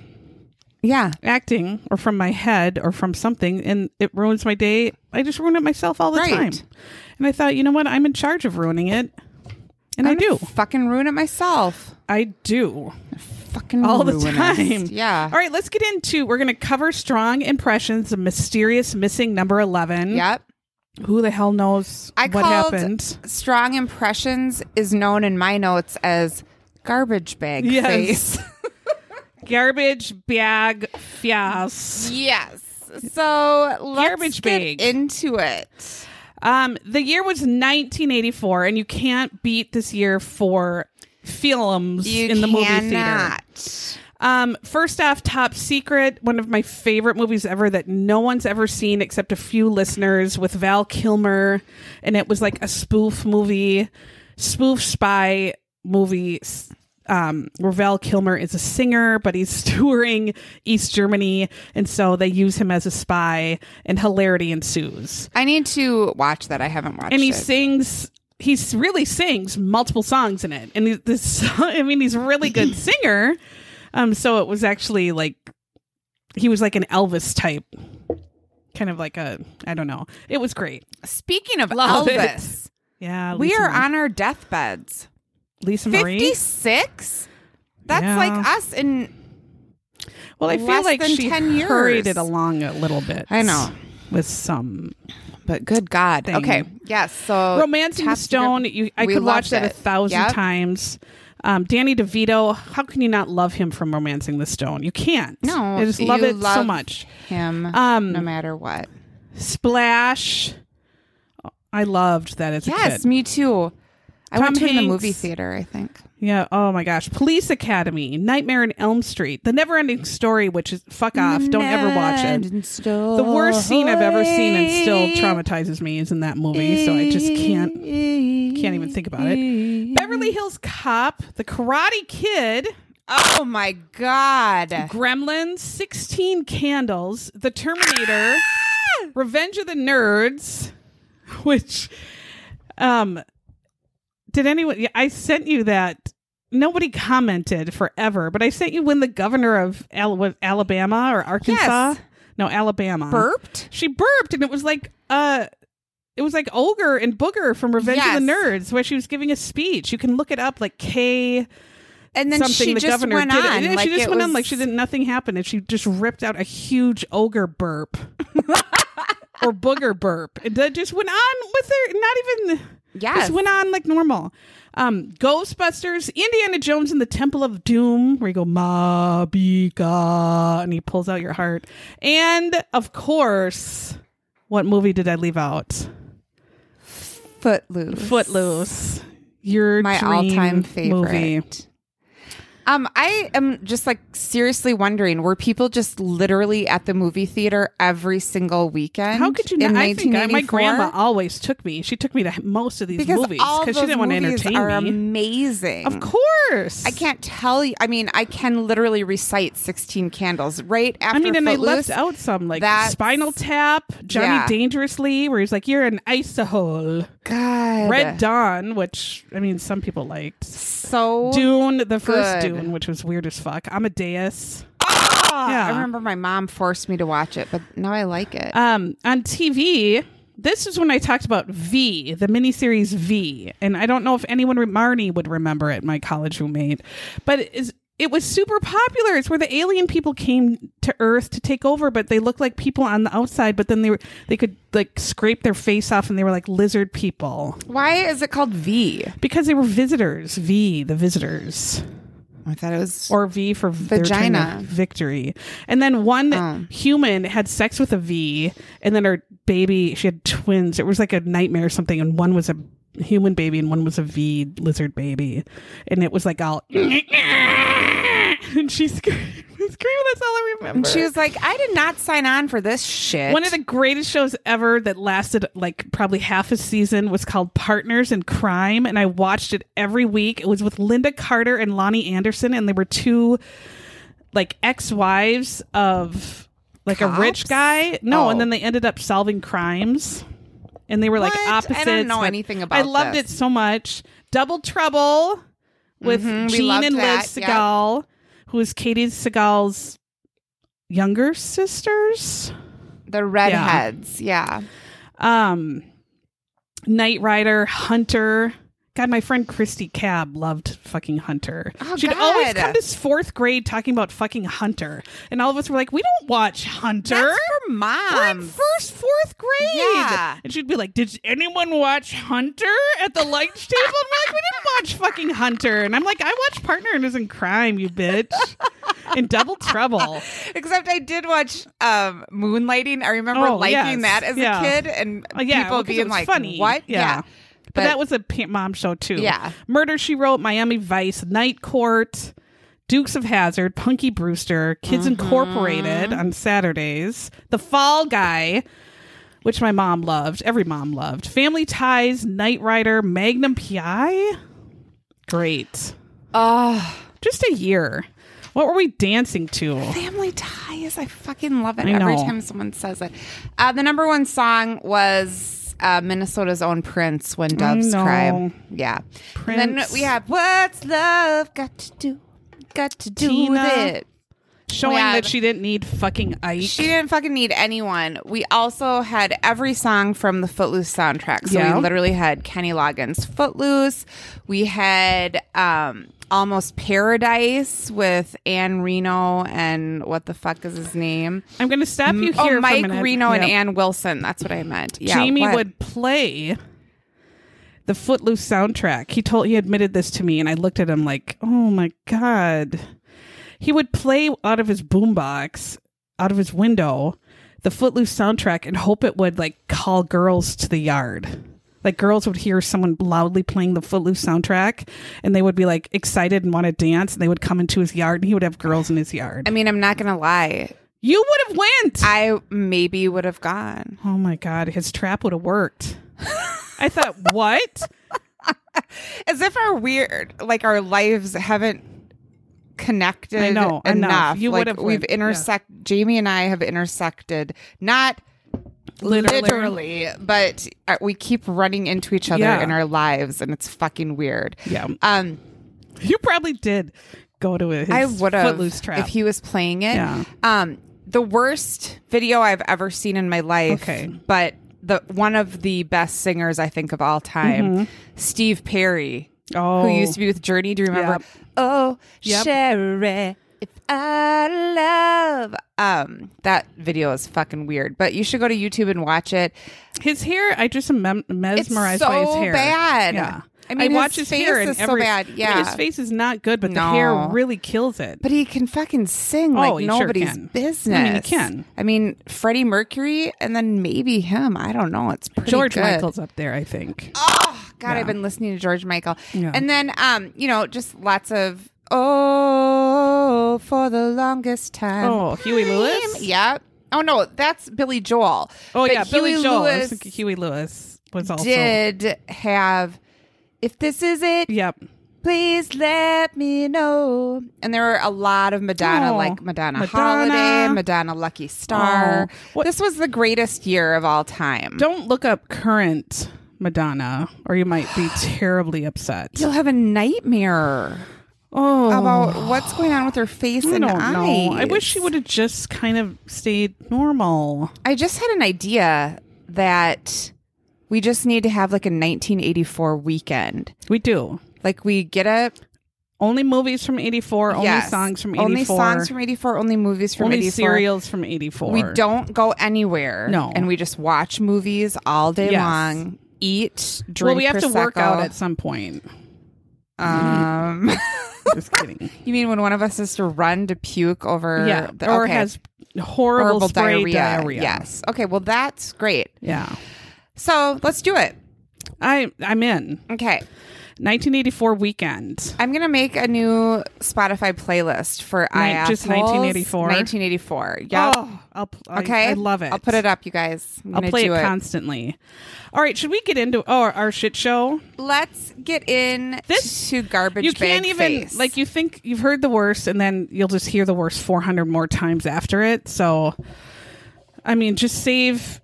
Speaker 3: yeah.
Speaker 2: acting or from my head or from something and it ruins my day i just ruin it myself all the
Speaker 3: Right.
Speaker 2: time and i thought you know what i'm in charge of ruining it and i
Speaker 3: I'm
Speaker 2: do
Speaker 3: gonna fucking ruin it myself.
Speaker 2: i do
Speaker 3: Fucking
Speaker 2: all the
Speaker 3: ruinous.
Speaker 2: time
Speaker 3: Yeah.
Speaker 2: all right let's get into we're gonna cover strong impressions of mysterious missing number 11
Speaker 3: Yep.
Speaker 2: who the hell knows
Speaker 3: I
Speaker 2: what
Speaker 3: called-
Speaker 2: happened
Speaker 3: Strong impressions is known in my notes as garbage bag
Speaker 2: Yes. <laughs>
Speaker 3: face.
Speaker 2: garbage bag fias
Speaker 3: Yes. So let's
Speaker 2: Garbage
Speaker 3: get
Speaker 2: bag.
Speaker 3: into it.
Speaker 2: um the year was 1984 and you can't beat this year for films in the movie theater
Speaker 3: theater.
Speaker 2: Um, first off, Top Secret, one of my favorite movies ever that no one's ever seen except a few listeners with Val Kilmer. And it was like a spoof movie, spoof spy movie. s- Um, where Val Kilmer is a singer, but he's <laughs> touring East Germany, and so they use him as a spy, and hilarity ensues.
Speaker 3: I need to watch that. I haven't watched
Speaker 2: And he
Speaker 3: it.
Speaker 2: sings, he s- really sings multiple songs in it, and he, this, <laughs> I mean, he's a really
Speaker 3: <clears throat>
Speaker 2: good singer. Um, so it was actually like he was like an Elvis type, kind of like a I don't know. It was great.
Speaker 3: Speaking of
Speaker 2: Love
Speaker 3: Elvis,
Speaker 2: Yeah,
Speaker 3: we
Speaker 2: Lisa
Speaker 3: are
Speaker 2: Ma-
Speaker 3: on our deathbeds.
Speaker 2: Lisa Marie.
Speaker 3: 56? That's
Speaker 2: Yeah.
Speaker 3: like us in.
Speaker 2: Well, I
Speaker 3: less
Speaker 2: feel like
Speaker 3: than
Speaker 2: she
Speaker 3: 10 years.
Speaker 2: hurried it along a little bit.
Speaker 3: I know.
Speaker 2: with some
Speaker 3: But good God.
Speaker 2: Thing.
Speaker 3: Okay. Yes. So.
Speaker 2: Romancing the
Speaker 3: Top Secret-
Speaker 2: Stone. You, I
Speaker 3: Oh, We
Speaker 2: could watch
Speaker 3: loved
Speaker 2: that a
Speaker 3: it.
Speaker 2: thousand
Speaker 3: Yep.
Speaker 2: times. Um, Danny DeVito. How can you not love him from Romancing the Stone? You can't.
Speaker 3: No.
Speaker 2: I just love
Speaker 3: you
Speaker 2: it so
Speaker 3: love
Speaker 2: much.
Speaker 3: Him.
Speaker 2: Um,
Speaker 3: no matter what.
Speaker 2: Splash. I loved that as a kid.
Speaker 3: Yes, me too. I
Speaker 2: Tom
Speaker 3: went to it in the
Speaker 2: Hanks.
Speaker 3: movie theater, I think.
Speaker 2: Yeah. Oh my gosh. Police Academy, Nightmare in Elm Street, The Never Ending Story, which is fuck off. Don't ever watch it. The worst scene I've ever seen and still traumatizes me is in that movie. So I just can't can't even think about it. Beverly Hills Cop, The Karate Kid,
Speaker 3: Oh my God.
Speaker 2: Gremlins, Sixteen Candles, The Terminator,
Speaker 3: <laughs>
Speaker 2: Revenge of the Nerds, which um did anyone yeah, I sent you that nobody commented forever, but I sent you when the governor of Al- was Alabama or Arkansas.
Speaker 3: Yes.
Speaker 2: No, Alabama.
Speaker 3: Burped?
Speaker 2: She burped and it was like uh it was like Ogre and Booger from Revenge of the
Speaker 3: Yes.
Speaker 2: Nerds, where she was giving a speech. You can look it up, like K
Speaker 3: And then
Speaker 2: something
Speaker 3: she
Speaker 2: the
Speaker 3: just
Speaker 2: governor
Speaker 3: went
Speaker 2: did.
Speaker 3: on.
Speaker 2: And
Speaker 3: like
Speaker 2: she just
Speaker 3: it
Speaker 2: went on
Speaker 3: was-
Speaker 2: like she did nothing happened, and she just ripped out a huge ogre
Speaker 3: <laughs>
Speaker 2: burp or booger burp. And that just went on with her. Not even
Speaker 3: Yes.
Speaker 2: just went on like normal. Um, Ghostbusters, Indiana Jones and the Temple of Doom, where you go Mabika, and he pulls out your heart, and of course, what movie did I leave out?
Speaker 3: Footloose.
Speaker 2: Footloose. Your
Speaker 3: My
Speaker 2: dream
Speaker 3: all-time
Speaker 2: movie.
Speaker 3: favorite. Um, I am just like seriously wondering: Were people just literally at the movie theater every single weekend?
Speaker 2: How could you not?
Speaker 3: In
Speaker 2: I think I- my
Speaker 3: 1984?
Speaker 2: grandma always took me. She took me to most of these
Speaker 3: because
Speaker 2: movies
Speaker 3: all
Speaker 2: because
Speaker 3: those
Speaker 2: she didn't want to
Speaker 3: movies
Speaker 2: entertain
Speaker 3: are
Speaker 2: me.
Speaker 3: amazing.
Speaker 2: Of course,
Speaker 3: I can't tell you. I mean, I can literally recite "16 Candles" right after.
Speaker 2: I mean, and
Speaker 3: Footloose.
Speaker 2: they left out some like
Speaker 3: that's-
Speaker 2: Spinal Tap, Johnny
Speaker 3: Yeah.
Speaker 2: Dangerously, where he's like, "You're an isahole."
Speaker 3: God,
Speaker 2: Red Dawn, which I mean, some people liked.
Speaker 3: so
Speaker 2: Dune, the first
Speaker 3: good.
Speaker 2: Dune, which was weird as fuck. Amadeus.
Speaker 3: Ah!
Speaker 2: Yeah.
Speaker 3: I remember my mom forced me to watch it, but now I like it.
Speaker 2: Um, on TV, this is when I talked about V, the miniseries V, and I don't know if anyone re- Marnie would remember it, my college roommate, but it is. It was super popular. It's where the alien people came to Earth to take over, but they looked like people on the outside. But then they were they could like scrape their face off, and they were like lizard people
Speaker 3: Why is it called V?
Speaker 2: because they were visitors. V, the visitors.
Speaker 3: I thought it was.
Speaker 2: or V for their turn
Speaker 3: Vagina.
Speaker 2: of victory. And then one
Speaker 3: Oh.
Speaker 2: human had sex with a V, and then her baby, she had twins. It was like a nightmare or something, and one was a human baby and one was a V lizard baby. And it was like all. <laughs> and she screamed. <laughs> Scream, that's all I remember.
Speaker 3: and she was like, I did not sign on for this shit.
Speaker 2: One of the greatest shows ever that lasted like probably half a season was called Partners in Crime, and I watched it every week. It was with Linda Carter and Lonnie Anderson, and they were two like ex-wives of like a rich
Speaker 3: Cops?
Speaker 2: guy. No,
Speaker 3: Oh.
Speaker 2: and then they ended up solving crimes, and they were like
Speaker 3: What? I don't
Speaker 2: opposites.
Speaker 3: know
Speaker 2: but
Speaker 3: anything
Speaker 2: I
Speaker 3: about
Speaker 2: loved
Speaker 3: this.
Speaker 2: it so much. Double Trouble with
Speaker 3: Mhm, we
Speaker 2: Gene
Speaker 3: loved
Speaker 2: and Liv
Speaker 3: that, yep.
Speaker 2: Seagal, who is Katie Seagal's younger sisters.
Speaker 3: the redheads. Yeah.
Speaker 2: Um, Knight Rider, Hunter. God, my friend Christy Cab loved fucking Hunter.
Speaker 3: Oh,
Speaker 2: She'd always
Speaker 3: God.
Speaker 2: come to fourth grade talking about fucking Hunter, and all of us were like, "We don't watch Hunter."
Speaker 3: That's for
Speaker 2: We're in
Speaker 3: mom.
Speaker 2: first, fourth grade.
Speaker 3: Yeah.
Speaker 2: And she'd be like, Did anyone watch Hunter at the lunch
Speaker 3: <laughs>
Speaker 2: table? And we're like, We didn't watch fucking Hunter. And I'm like, I watched Partner and Isn't Crime, you bitch. In double trouble.
Speaker 3: Except I did watch um, Moonlighting. I remember
Speaker 2: Oh,
Speaker 3: liking
Speaker 2: yes.
Speaker 3: that as
Speaker 2: Yeah.
Speaker 3: a kid and
Speaker 2: Oh, yeah,
Speaker 3: people
Speaker 2: well, 'cause it
Speaker 3: being
Speaker 2: was
Speaker 3: like,
Speaker 2: funny.
Speaker 3: what?
Speaker 2: Yeah.
Speaker 3: But,
Speaker 2: But, that was a pa- mom show too.
Speaker 3: Yeah.
Speaker 2: Murder She Wrote, Miami Vice, Night Court, Dukes of Hazard, Punky Brewster, Kids
Speaker 3: Mm-hmm.
Speaker 2: Incorporated on Saturdays, The Fall Guy, which my mom loved, every mom loved, Family Ties, Knight Rider, Magnum PI. Great.
Speaker 3: oh,
Speaker 2: Just a year. What were we dancing to?
Speaker 3: Family Ties. I fucking love it
Speaker 2: I
Speaker 3: every
Speaker 2: know.
Speaker 3: time someone says it. Uh, the number one song was uh, Minnesota's own Prince, When Doves
Speaker 2: know.
Speaker 3: Cry. Yeah. And then
Speaker 2: Prince.
Speaker 3: we have What's Love Got to Do? Got to Do
Speaker 2: Tina.
Speaker 3: with It.
Speaker 2: Showing
Speaker 3: Yeah.
Speaker 2: that she didn't need fucking Ike.
Speaker 3: She didn't fucking need anyone. We also had every song from the Footloose soundtrack. So
Speaker 2: Yeah.
Speaker 3: we literally had Kenny Loggins' Footloose. We had um, Almost Paradise with Ann Reno and what the fuck is his name?
Speaker 2: I'm going to stop you
Speaker 3: Oh,
Speaker 2: here. for a
Speaker 3: Mike
Speaker 2: minute.
Speaker 3: Reno and
Speaker 2: Yep.
Speaker 3: Ann Wilson. That's what I meant. Yeah,
Speaker 2: Jamie
Speaker 3: what?
Speaker 2: would play the Footloose soundtrack. He told he admitted this to me, and I looked at him like, "Oh my god." He would play out of his boombox, out of his window, the Footloose soundtrack, and hope it would like call girls to the yard. Like girls would hear someone loudly playing the Footloose soundtrack, and they would be like excited and want to dance, and they would come into his yard, and he would have girls in his yard.
Speaker 3: I mean, I'm not gonna lie.
Speaker 2: you would have went.
Speaker 3: I maybe would have gone.
Speaker 2: Oh my god, his trap would have worked. I thought, what?
Speaker 3: As if our weird, like our lives haven't connected
Speaker 2: I know,
Speaker 3: enough.
Speaker 2: enough. You
Speaker 3: like
Speaker 2: would've
Speaker 3: we've
Speaker 2: went-
Speaker 3: intersect. Jamie and I have intersected, not
Speaker 2: Literally.
Speaker 3: literally, but uh, we keep running into each other
Speaker 2: Yeah.
Speaker 3: in our lives, and it's fucking weird.
Speaker 2: Yeah,
Speaker 3: Um,
Speaker 2: you probably did go to his
Speaker 3: I would have
Speaker 2: Footloose trap.
Speaker 3: if he was playing it.
Speaker 2: Yeah.
Speaker 3: Um, the worst video I've ever seen in my life.
Speaker 2: Okay.
Speaker 3: but the one of the best singers I think of all time, Steve Perry,
Speaker 2: Mm-hmm. oh,
Speaker 3: who used to be with Journey. Do you remember?
Speaker 2: Yep.
Speaker 3: Oh,
Speaker 2: Yep.
Speaker 3: Sherry, if I love. Um, that video is fucking weird, but you should go to YouTube and watch it.
Speaker 2: his hair. I just am mem- mesmerized
Speaker 3: It's
Speaker 2: by
Speaker 3: so
Speaker 2: his hair.
Speaker 3: bad.
Speaker 2: Yeah,
Speaker 3: I mean, his
Speaker 2: watch his
Speaker 3: face
Speaker 2: hair
Speaker 3: is
Speaker 2: and
Speaker 3: so
Speaker 2: every-
Speaker 3: bad.
Speaker 2: I mean,
Speaker 3: Yeah.
Speaker 2: his face is not good, but the
Speaker 3: No.
Speaker 2: hair really kills it.
Speaker 3: But he can fucking sing
Speaker 2: Oh,
Speaker 3: like
Speaker 2: he sure
Speaker 3: nobody's
Speaker 2: can.
Speaker 3: business.
Speaker 2: I mean, he can.
Speaker 3: I mean, Freddie Mercury and then maybe him. I don't know. It's pretty
Speaker 2: George
Speaker 3: good.
Speaker 2: Michael's up there, I think.
Speaker 3: Oh God, I've been listening to George Michael.
Speaker 2: Yeah.
Speaker 3: And then um, you know, just lots of Oh, for the longest time.
Speaker 2: Oh, Huey Lewis?
Speaker 3: Yeah. Oh no, that's Billy Joel.
Speaker 2: Oh
Speaker 3: But
Speaker 2: yeah, Billy
Speaker 3: Huey
Speaker 2: Joel. I was
Speaker 3: Lewis
Speaker 2: thinking Huey Lewis was also.
Speaker 3: did have. If this is it,
Speaker 2: Yep.
Speaker 3: please let me know. And there were a lot of Madonna,
Speaker 2: Oh,
Speaker 3: like Madonna,
Speaker 2: Madonna.
Speaker 3: Holiday, Madonna Lucky Star.
Speaker 2: Oh, what-
Speaker 3: This was the greatest year of all time.
Speaker 2: Don't look up current Madonna, or you might
Speaker 3: <gasps>
Speaker 2: be terribly upset.
Speaker 3: You'll have a nightmare
Speaker 2: Oh,
Speaker 3: about what's going on with her face
Speaker 2: I
Speaker 3: and
Speaker 2: don't
Speaker 3: eyes.
Speaker 2: know. I wish she would have just kind of stayed normal.
Speaker 3: I just had an idea that we just need to have like a 1984 weekend.
Speaker 2: We do.
Speaker 3: Like we get a
Speaker 2: Only movies from '84. Only
Speaker 3: yes,
Speaker 2: songs from '84.
Speaker 3: only songs from 84, only movies from
Speaker 2: only
Speaker 3: 84.
Speaker 2: serials from '84.
Speaker 3: We don't go anywhere.
Speaker 2: No.
Speaker 3: and we just watch movies all day
Speaker 2: Yes.
Speaker 3: long. Eat, drink.
Speaker 2: Well, we have to work out at
Speaker 3: Prosecco.
Speaker 2: some
Speaker 3: <laughs>
Speaker 2: point.
Speaker 3: Um, <laughs>
Speaker 2: Just kidding.
Speaker 3: you mean when one of us is to run to puke over?
Speaker 2: yeah,
Speaker 3: the-
Speaker 2: or
Speaker 3: okay.
Speaker 2: has horrible, spray diarrhea.
Speaker 3: Yes. Okay. Well, that's great.
Speaker 2: Yeah.
Speaker 3: So let's do it.
Speaker 2: I I'm in.
Speaker 3: Okay.
Speaker 2: 1984 weekend.
Speaker 3: I'm gonna make a new Spotify playlist for
Speaker 2: Ni-
Speaker 3: IAFLs.
Speaker 2: just 1984?
Speaker 3: 1984. Yep.
Speaker 2: Oh, I'll, pl- I-
Speaker 3: okay.
Speaker 2: I, love it.
Speaker 3: I'll put it up, you guys. I'm
Speaker 2: I'll
Speaker 3: gonna
Speaker 2: play it,
Speaker 3: do
Speaker 2: constantly. All right, should we get into oh, our, our shit show?
Speaker 3: Let's get in
Speaker 2: This-
Speaker 3: to garbage.
Speaker 2: you can't
Speaker 3: bag
Speaker 2: even
Speaker 3: face.
Speaker 2: like you think you've heard the worst, and then you'll just hear the worst 400 more times after it. So, I mean, just save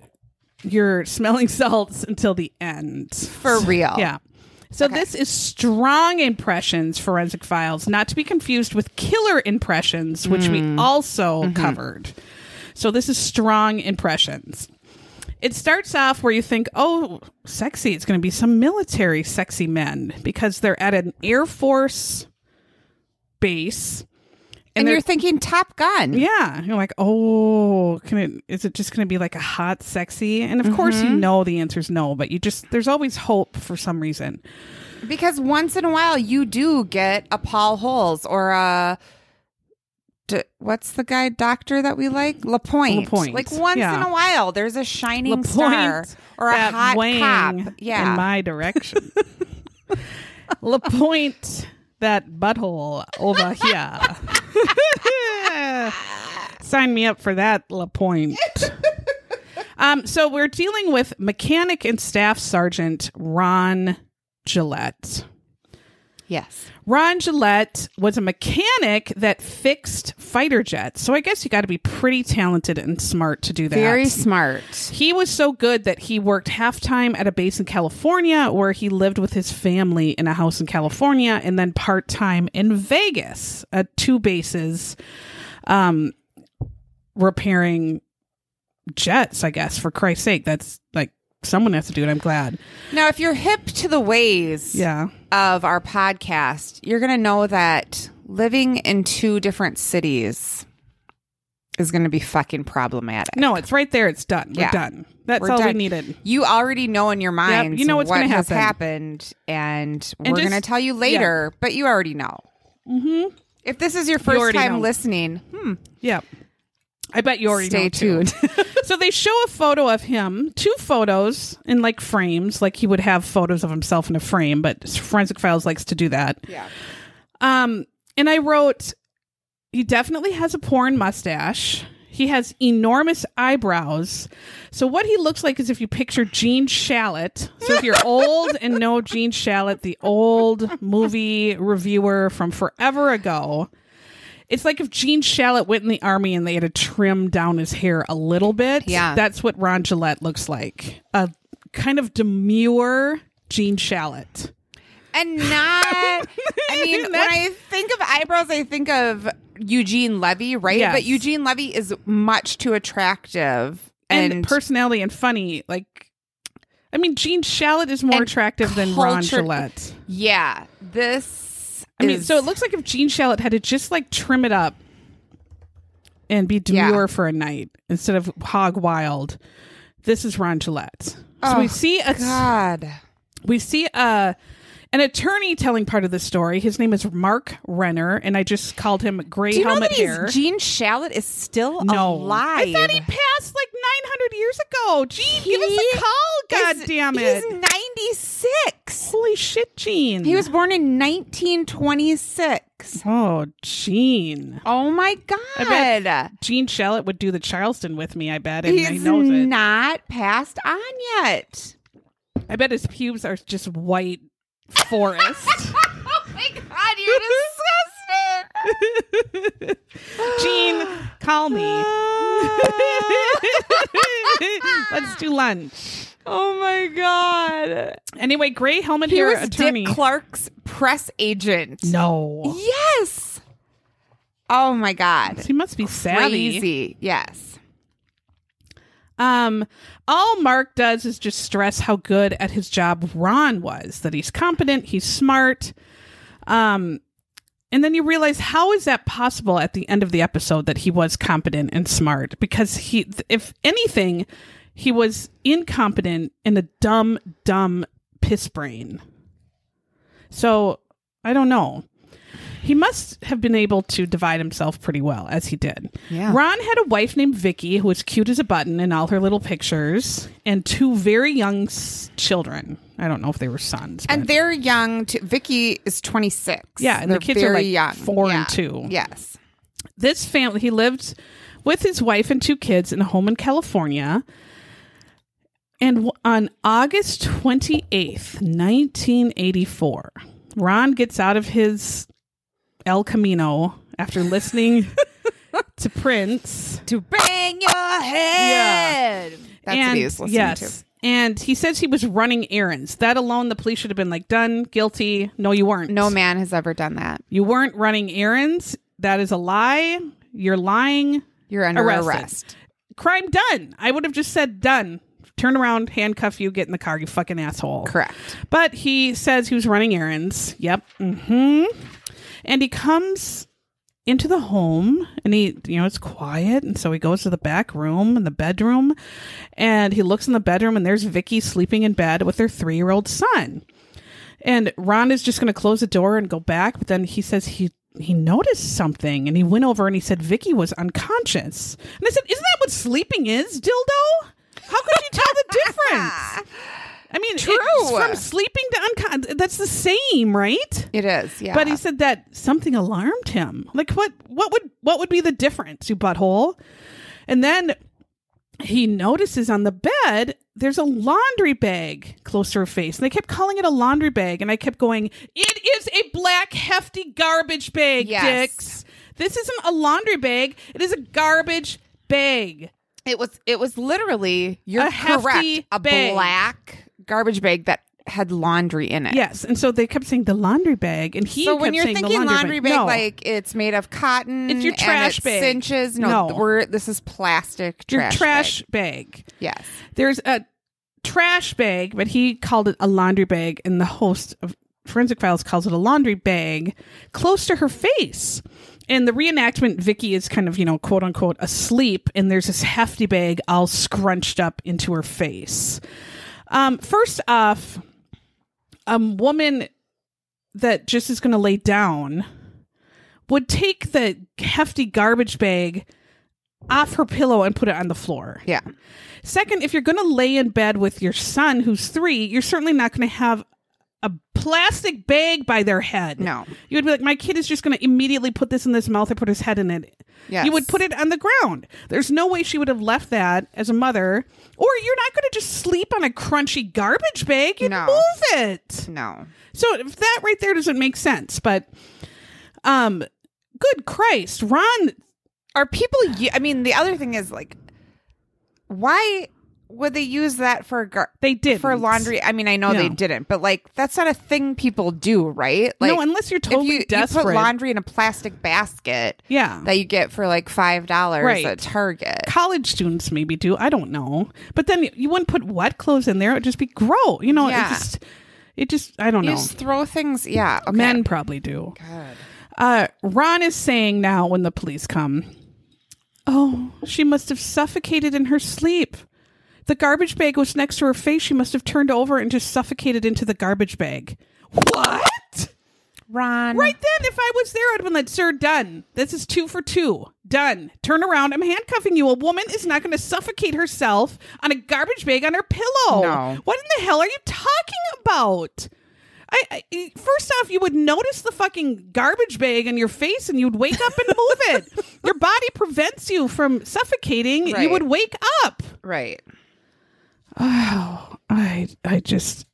Speaker 2: your smelling <laughs> salts until the end. <laughs>
Speaker 3: for real.
Speaker 2: Yeah. So this is strong impressions forensic files, not to be confused with killer impressions, which
Speaker 3: Hmm.
Speaker 2: we also
Speaker 3: Mm-hmm.
Speaker 2: covered. So this is strong impressions. It starts off where you think, "Oh, sexy, it's going to be some military sexy men because they're at an Air Force base."
Speaker 3: And,
Speaker 2: they're-
Speaker 3: you're thinking Top Gun.
Speaker 2: yeah, you're like, oh, can it? Is it just going to be like a hot, sexy? And of course,
Speaker 3: Mm-hmm.
Speaker 2: you know the answer's no, but you just there's always hope for some reason.
Speaker 3: Because once in a while you do get a Paul Holes or a d- what's the guy doctor that we like Lapointe.
Speaker 2: Lapointe,
Speaker 3: Like once
Speaker 2: yeah.
Speaker 3: in a while, there's a shining
Speaker 2: Lapointe
Speaker 3: star or a
Speaker 2: that
Speaker 3: hot
Speaker 2: wang
Speaker 3: cop. Yeah,
Speaker 2: in my direction.
Speaker 3: <laughs>
Speaker 2: Lapointe that butthole over
Speaker 3: <laughs>
Speaker 2: here. Sign me up for that, Lapointe. um, so we're dealing with mechanic and staff sergeant Ron Gillette.
Speaker 3: yes.
Speaker 2: Ron Gillette was a mechanic that fixed fighter jets. So I guess you got to be pretty talented and smart to do that.
Speaker 3: Very smart.
Speaker 2: He was so good that he worked half time at a base in California where he lived with his family in a house in California and then part time in Vegas at two bases um repairing jets, I guess, for Christ's sake. That's like someone has to do it. I'm glad.
Speaker 3: Now, if you're hip to the ways
Speaker 2: Yeah.
Speaker 3: of our podcast, you're going to know that living in two different cities is going to be fucking problematic.
Speaker 2: No, it's right there. It's done.
Speaker 3: Yeah.
Speaker 2: We're done. That's
Speaker 3: We're
Speaker 2: all we
Speaker 3: done.
Speaker 2: needed.
Speaker 3: You already know in your mind
Speaker 2: you know what's
Speaker 3: what
Speaker 2: gonna
Speaker 3: has
Speaker 2: happen.
Speaker 3: happened, and we're
Speaker 2: And just-
Speaker 3: going to tell you later, but you already know.
Speaker 2: Mm-hmm.
Speaker 3: If this is your first
Speaker 2: already
Speaker 3: time
Speaker 2: know. listening,
Speaker 3: listening, hmm,
Speaker 2: Yeah. I bet you already
Speaker 3: stay
Speaker 2: know, too.
Speaker 3: tuned.
Speaker 2: <laughs>
Speaker 3: <laughs>
Speaker 2: so they show a photo of him, two photos in like frames, like he would have photos of himself in a frame, but Forensic Files likes to do that.
Speaker 3: yeah.
Speaker 2: Um, and I wrote, he definitely has a porn mustache. He has enormous eyebrows. So what he looks like is if you picture Gene Shalit. So if you're old and know Gene Shalit, the old movie reviewer from forever ago, it's like if Gene Shalit went in the army and they had to trim down his hair a little bit.
Speaker 3: Yeah.
Speaker 2: That's what Ron Gillette looks like. A kind of demure Gene Shalit.
Speaker 3: And not,
Speaker 2: <laughs>
Speaker 3: I mean, when
Speaker 2: That's-
Speaker 3: I think of eyebrows, I think of Eugene Levy, right?
Speaker 2: Yes.
Speaker 3: But Eugene Levy is much too attractive
Speaker 2: and,
Speaker 3: and,
Speaker 2: personality and funny. Like, I mean, Gene Shalit is more
Speaker 3: And
Speaker 2: attractive than Ron
Speaker 3: culture-
Speaker 2: Gillette.
Speaker 3: yeah, this.
Speaker 2: I mean,
Speaker 3: is-
Speaker 2: so it looks like if Gene Shalit had to just like trim it up and be
Speaker 3: Yeah.
Speaker 2: demure for a night instead of hog wild, this is Ron Gillette. So we
Speaker 3: Oh,
Speaker 2: see a
Speaker 3: God.
Speaker 2: we see a an attorney telling part of the story. His name is Mark Renner, and I just called him Gray
Speaker 3: Do you know
Speaker 2: Helmet
Speaker 3: that
Speaker 2: Hair.
Speaker 3: he's, Gene Shalit is still
Speaker 2: no,
Speaker 3: alive?
Speaker 2: I thought he passed like 900 years ago. Gene, give us
Speaker 3: He
Speaker 2: a call. God
Speaker 3: is-
Speaker 2: damn it!
Speaker 3: He's ninety 96.
Speaker 2: Holy shit, Gene.
Speaker 3: He was born in 1926.
Speaker 2: Oh, Gene.
Speaker 3: Oh my
Speaker 2: bet
Speaker 3: God.
Speaker 2: Gene Shallot would do the Charleston with me, I bet, and he
Speaker 3: He's
Speaker 2: knows it.
Speaker 3: not passed on yet.
Speaker 2: I bet his pubes are just white
Speaker 3: <gasps>
Speaker 2: forest.
Speaker 3: oh my God, you're
Speaker 2: <laughs>
Speaker 3: disgusted.
Speaker 2: Gene, call
Speaker 3: <gasps>
Speaker 2: me. Let's do lunch.
Speaker 3: Oh my God.
Speaker 2: Anyway, Gray Helmet
Speaker 3: He
Speaker 2: here,
Speaker 3: was
Speaker 2: attorney.
Speaker 3: Dick Clark's press agent.
Speaker 2: no.
Speaker 3: Yes. Oh my God.
Speaker 2: He must be savvy.
Speaker 3: Crazy. Yes.
Speaker 2: Um, all Mark does is just stress how good at his job Ron was, that he's competent, he's smart. Um, and then you realize how is that possible at the end of the episode that he was competent and smart? Because he, if anything, he was incompetent and a dumb, dumb piss brain. So I don't know. He must have been able to divide himself pretty well, as he did.
Speaker 3: Yeah.
Speaker 2: Ron had a wife named Vicky who was cute as a button in all her little pictures, and two very young s- children. I don't know if they were sons.
Speaker 3: And
Speaker 2: but-
Speaker 3: they're young. Too. Vicky is 26.
Speaker 2: Yeah, and the
Speaker 3: They're
Speaker 2: kids are,
Speaker 3: very
Speaker 2: like,
Speaker 3: young.
Speaker 2: four and
Speaker 3: Yeah.
Speaker 2: two.
Speaker 3: Yes.
Speaker 2: this family he lived with his wife and two kids in a home in california and w- on august 28th 1984 ron gets out of his el camino after listening to prince
Speaker 3: To bang your head. That's what he was listening
Speaker 2: yes
Speaker 3: to.
Speaker 2: and he says he was running errands that alone the police should have been like done guilty no you weren't
Speaker 3: No man has ever done that.
Speaker 2: you weren't running errands that is a lie you're lying
Speaker 3: You're under
Speaker 2: Arrested.
Speaker 3: arrest.
Speaker 2: crime done. I would have just said done. Turn around, handcuff you, get in the car, you fucking asshole.
Speaker 3: Correct.
Speaker 2: But he says he was running errands. Yep. Mm-hmm. And he comes into the home and he, you know, it's quiet. And so he goes to the back room and the bedroom and he looks in the bedroom and there's Vicky sleeping in bed with her three year old son. And Ron is just going to close the door and go back. But then he says he, he noticed something and he went over and he said Vicky was unconscious. And I said, Isn't that what sleeping is, dildo? How could you tell the difference? I mean,
Speaker 3: True.
Speaker 2: it's from sleeping to unconscious. That's the same, right?
Speaker 3: It is. Yeah.
Speaker 2: But he said that something alarmed him. Like what? What would what would be the difference, you butthole? And then he notices on the bed there's a laundry bag close to her face, and they kept calling it a laundry bag, and I kept going, "It is a black hefty garbage bag,
Speaker 3: Yes.
Speaker 2: dicks. This isn't a laundry bag. It is a garbage bag."
Speaker 3: It was it was literally you're
Speaker 2: A hefty
Speaker 3: correct a
Speaker 2: bag.
Speaker 3: black garbage bag that had laundry in it.
Speaker 2: Yes, and so they kept saying the laundry bag, and he.
Speaker 3: So
Speaker 2: kept
Speaker 3: when you're
Speaker 2: saying the
Speaker 3: thinking laundry, bag,
Speaker 2: No.
Speaker 3: like it's made of cotton,
Speaker 2: It's your
Speaker 3: and
Speaker 2: trash
Speaker 3: it
Speaker 2: bag.
Speaker 3: cinches. No,
Speaker 2: No.
Speaker 3: we're this is plastic
Speaker 2: your
Speaker 3: trash. bag.
Speaker 2: trash bag.
Speaker 3: Yes,
Speaker 2: There's a trash bag, but he called it a laundry bag, and the host of Forensic Files calls it a laundry bag close to her face. And the reenactment, Vicky is kind of, you know, quote unquote, asleep, and there's this hefty bag all scrunched up into her face. Um, first off, a woman that just is going to lay down would take the hefty garbage bag off her pillow and put it on the floor.
Speaker 3: yeah,
Speaker 2: Second, if you're going to lay in bed with your son who's three, you're certainly not going to have a plastic bag by their head.
Speaker 3: No.
Speaker 2: You would be like, my kid is just going to immediately put this in his mouth and put his head in it.
Speaker 3: Yes.
Speaker 2: You would put it on the ground. There's no way she would have left that as a mother. Or you're not going to just sleep on a crunchy garbage bag. You'd
Speaker 3: No.
Speaker 2: move it.
Speaker 3: no,
Speaker 2: So if that right there doesn't make sense. But, um, good Christ, Ron
Speaker 3: are people? u- I mean, the other thing is like, why would they use that for gar-
Speaker 2: They didn't.
Speaker 3: for laundry? I mean, I know they
Speaker 2: No.
Speaker 3: didn't, but like that's not a thing people do, right? Like,
Speaker 2: no, unless you're
Speaker 3: if
Speaker 2: totally
Speaker 3: you, you
Speaker 2: desperate.
Speaker 3: put laundry in a plastic basket
Speaker 2: yeah.
Speaker 3: that you get for like five dollars
Speaker 2: Right.
Speaker 3: at Target.
Speaker 2: college students maybe do. I don't know. But then you wouldn't put wet clothes in there. It would just be gross. You know,
Speaker 3: Yeah.
Speaker 2: it just, it just, I don't
Speaker 3: You
Speaker 2: know.
Speaker 3: just throw things. Yeah, okay.
Speaker 2: Men probably do.
Speaker 3: God.
Speaker 2: Uh, Ron is saying now when the police come, oh, she must have suffocated in her sleep. The garbage bag was next to her face. She must have turned over and just suffocated into the garbage bag. What?
Speaker 3: Ron.
Speaker 2: Right then, if I was there, I'd have been like, sir, done. This is two for two. Done. Turn around. I'm handcuffing you. A woman is not going to suffocate herself on a garbage bag on her pillow.
Speaker 3: No.
Speaker 2: What in the hell are you talking about? I, I first off, you would notice the fucking garbage bag in your face, and you'd wake up and move <laughs> it. Your body prevents you from suffocating. You
Speaker 3: Right.
Speaker 2: would wake up.
Speaker 3: Right.
Speaker 2: Oh, I, I just,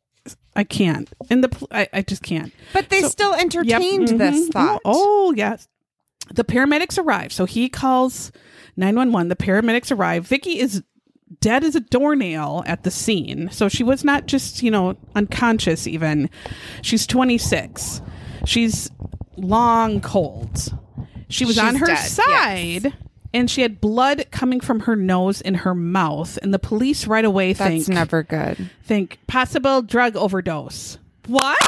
Speaker 2: I can't. And the, pl- I, I just can't.
Speaker 3: But they
Speaker 2: So-
Speaker 3: still
Speaker 2: Yep.
Speaker 3: entertained this
Speaker 2: Mhm.
Speaker 3: thought.
Speaker 2: Oh, yes. The paramedics arrive. So he calls 911. The paramedics arrive. Vicky is dead as a doornail at the scene. So she was not just, you know, unconscious even. She's 26. She's long cold. She was
Speaker 3: She's
Speaker 2: on her
Speaker 3: dead, yes.
Speaker 2: side and she had blood coming from her nose and her mouth. And the police right away
Speaker 3: That's
Speaker 2: think
Speaker 3: never good.
Speaker 2: think possible drug overdose. What?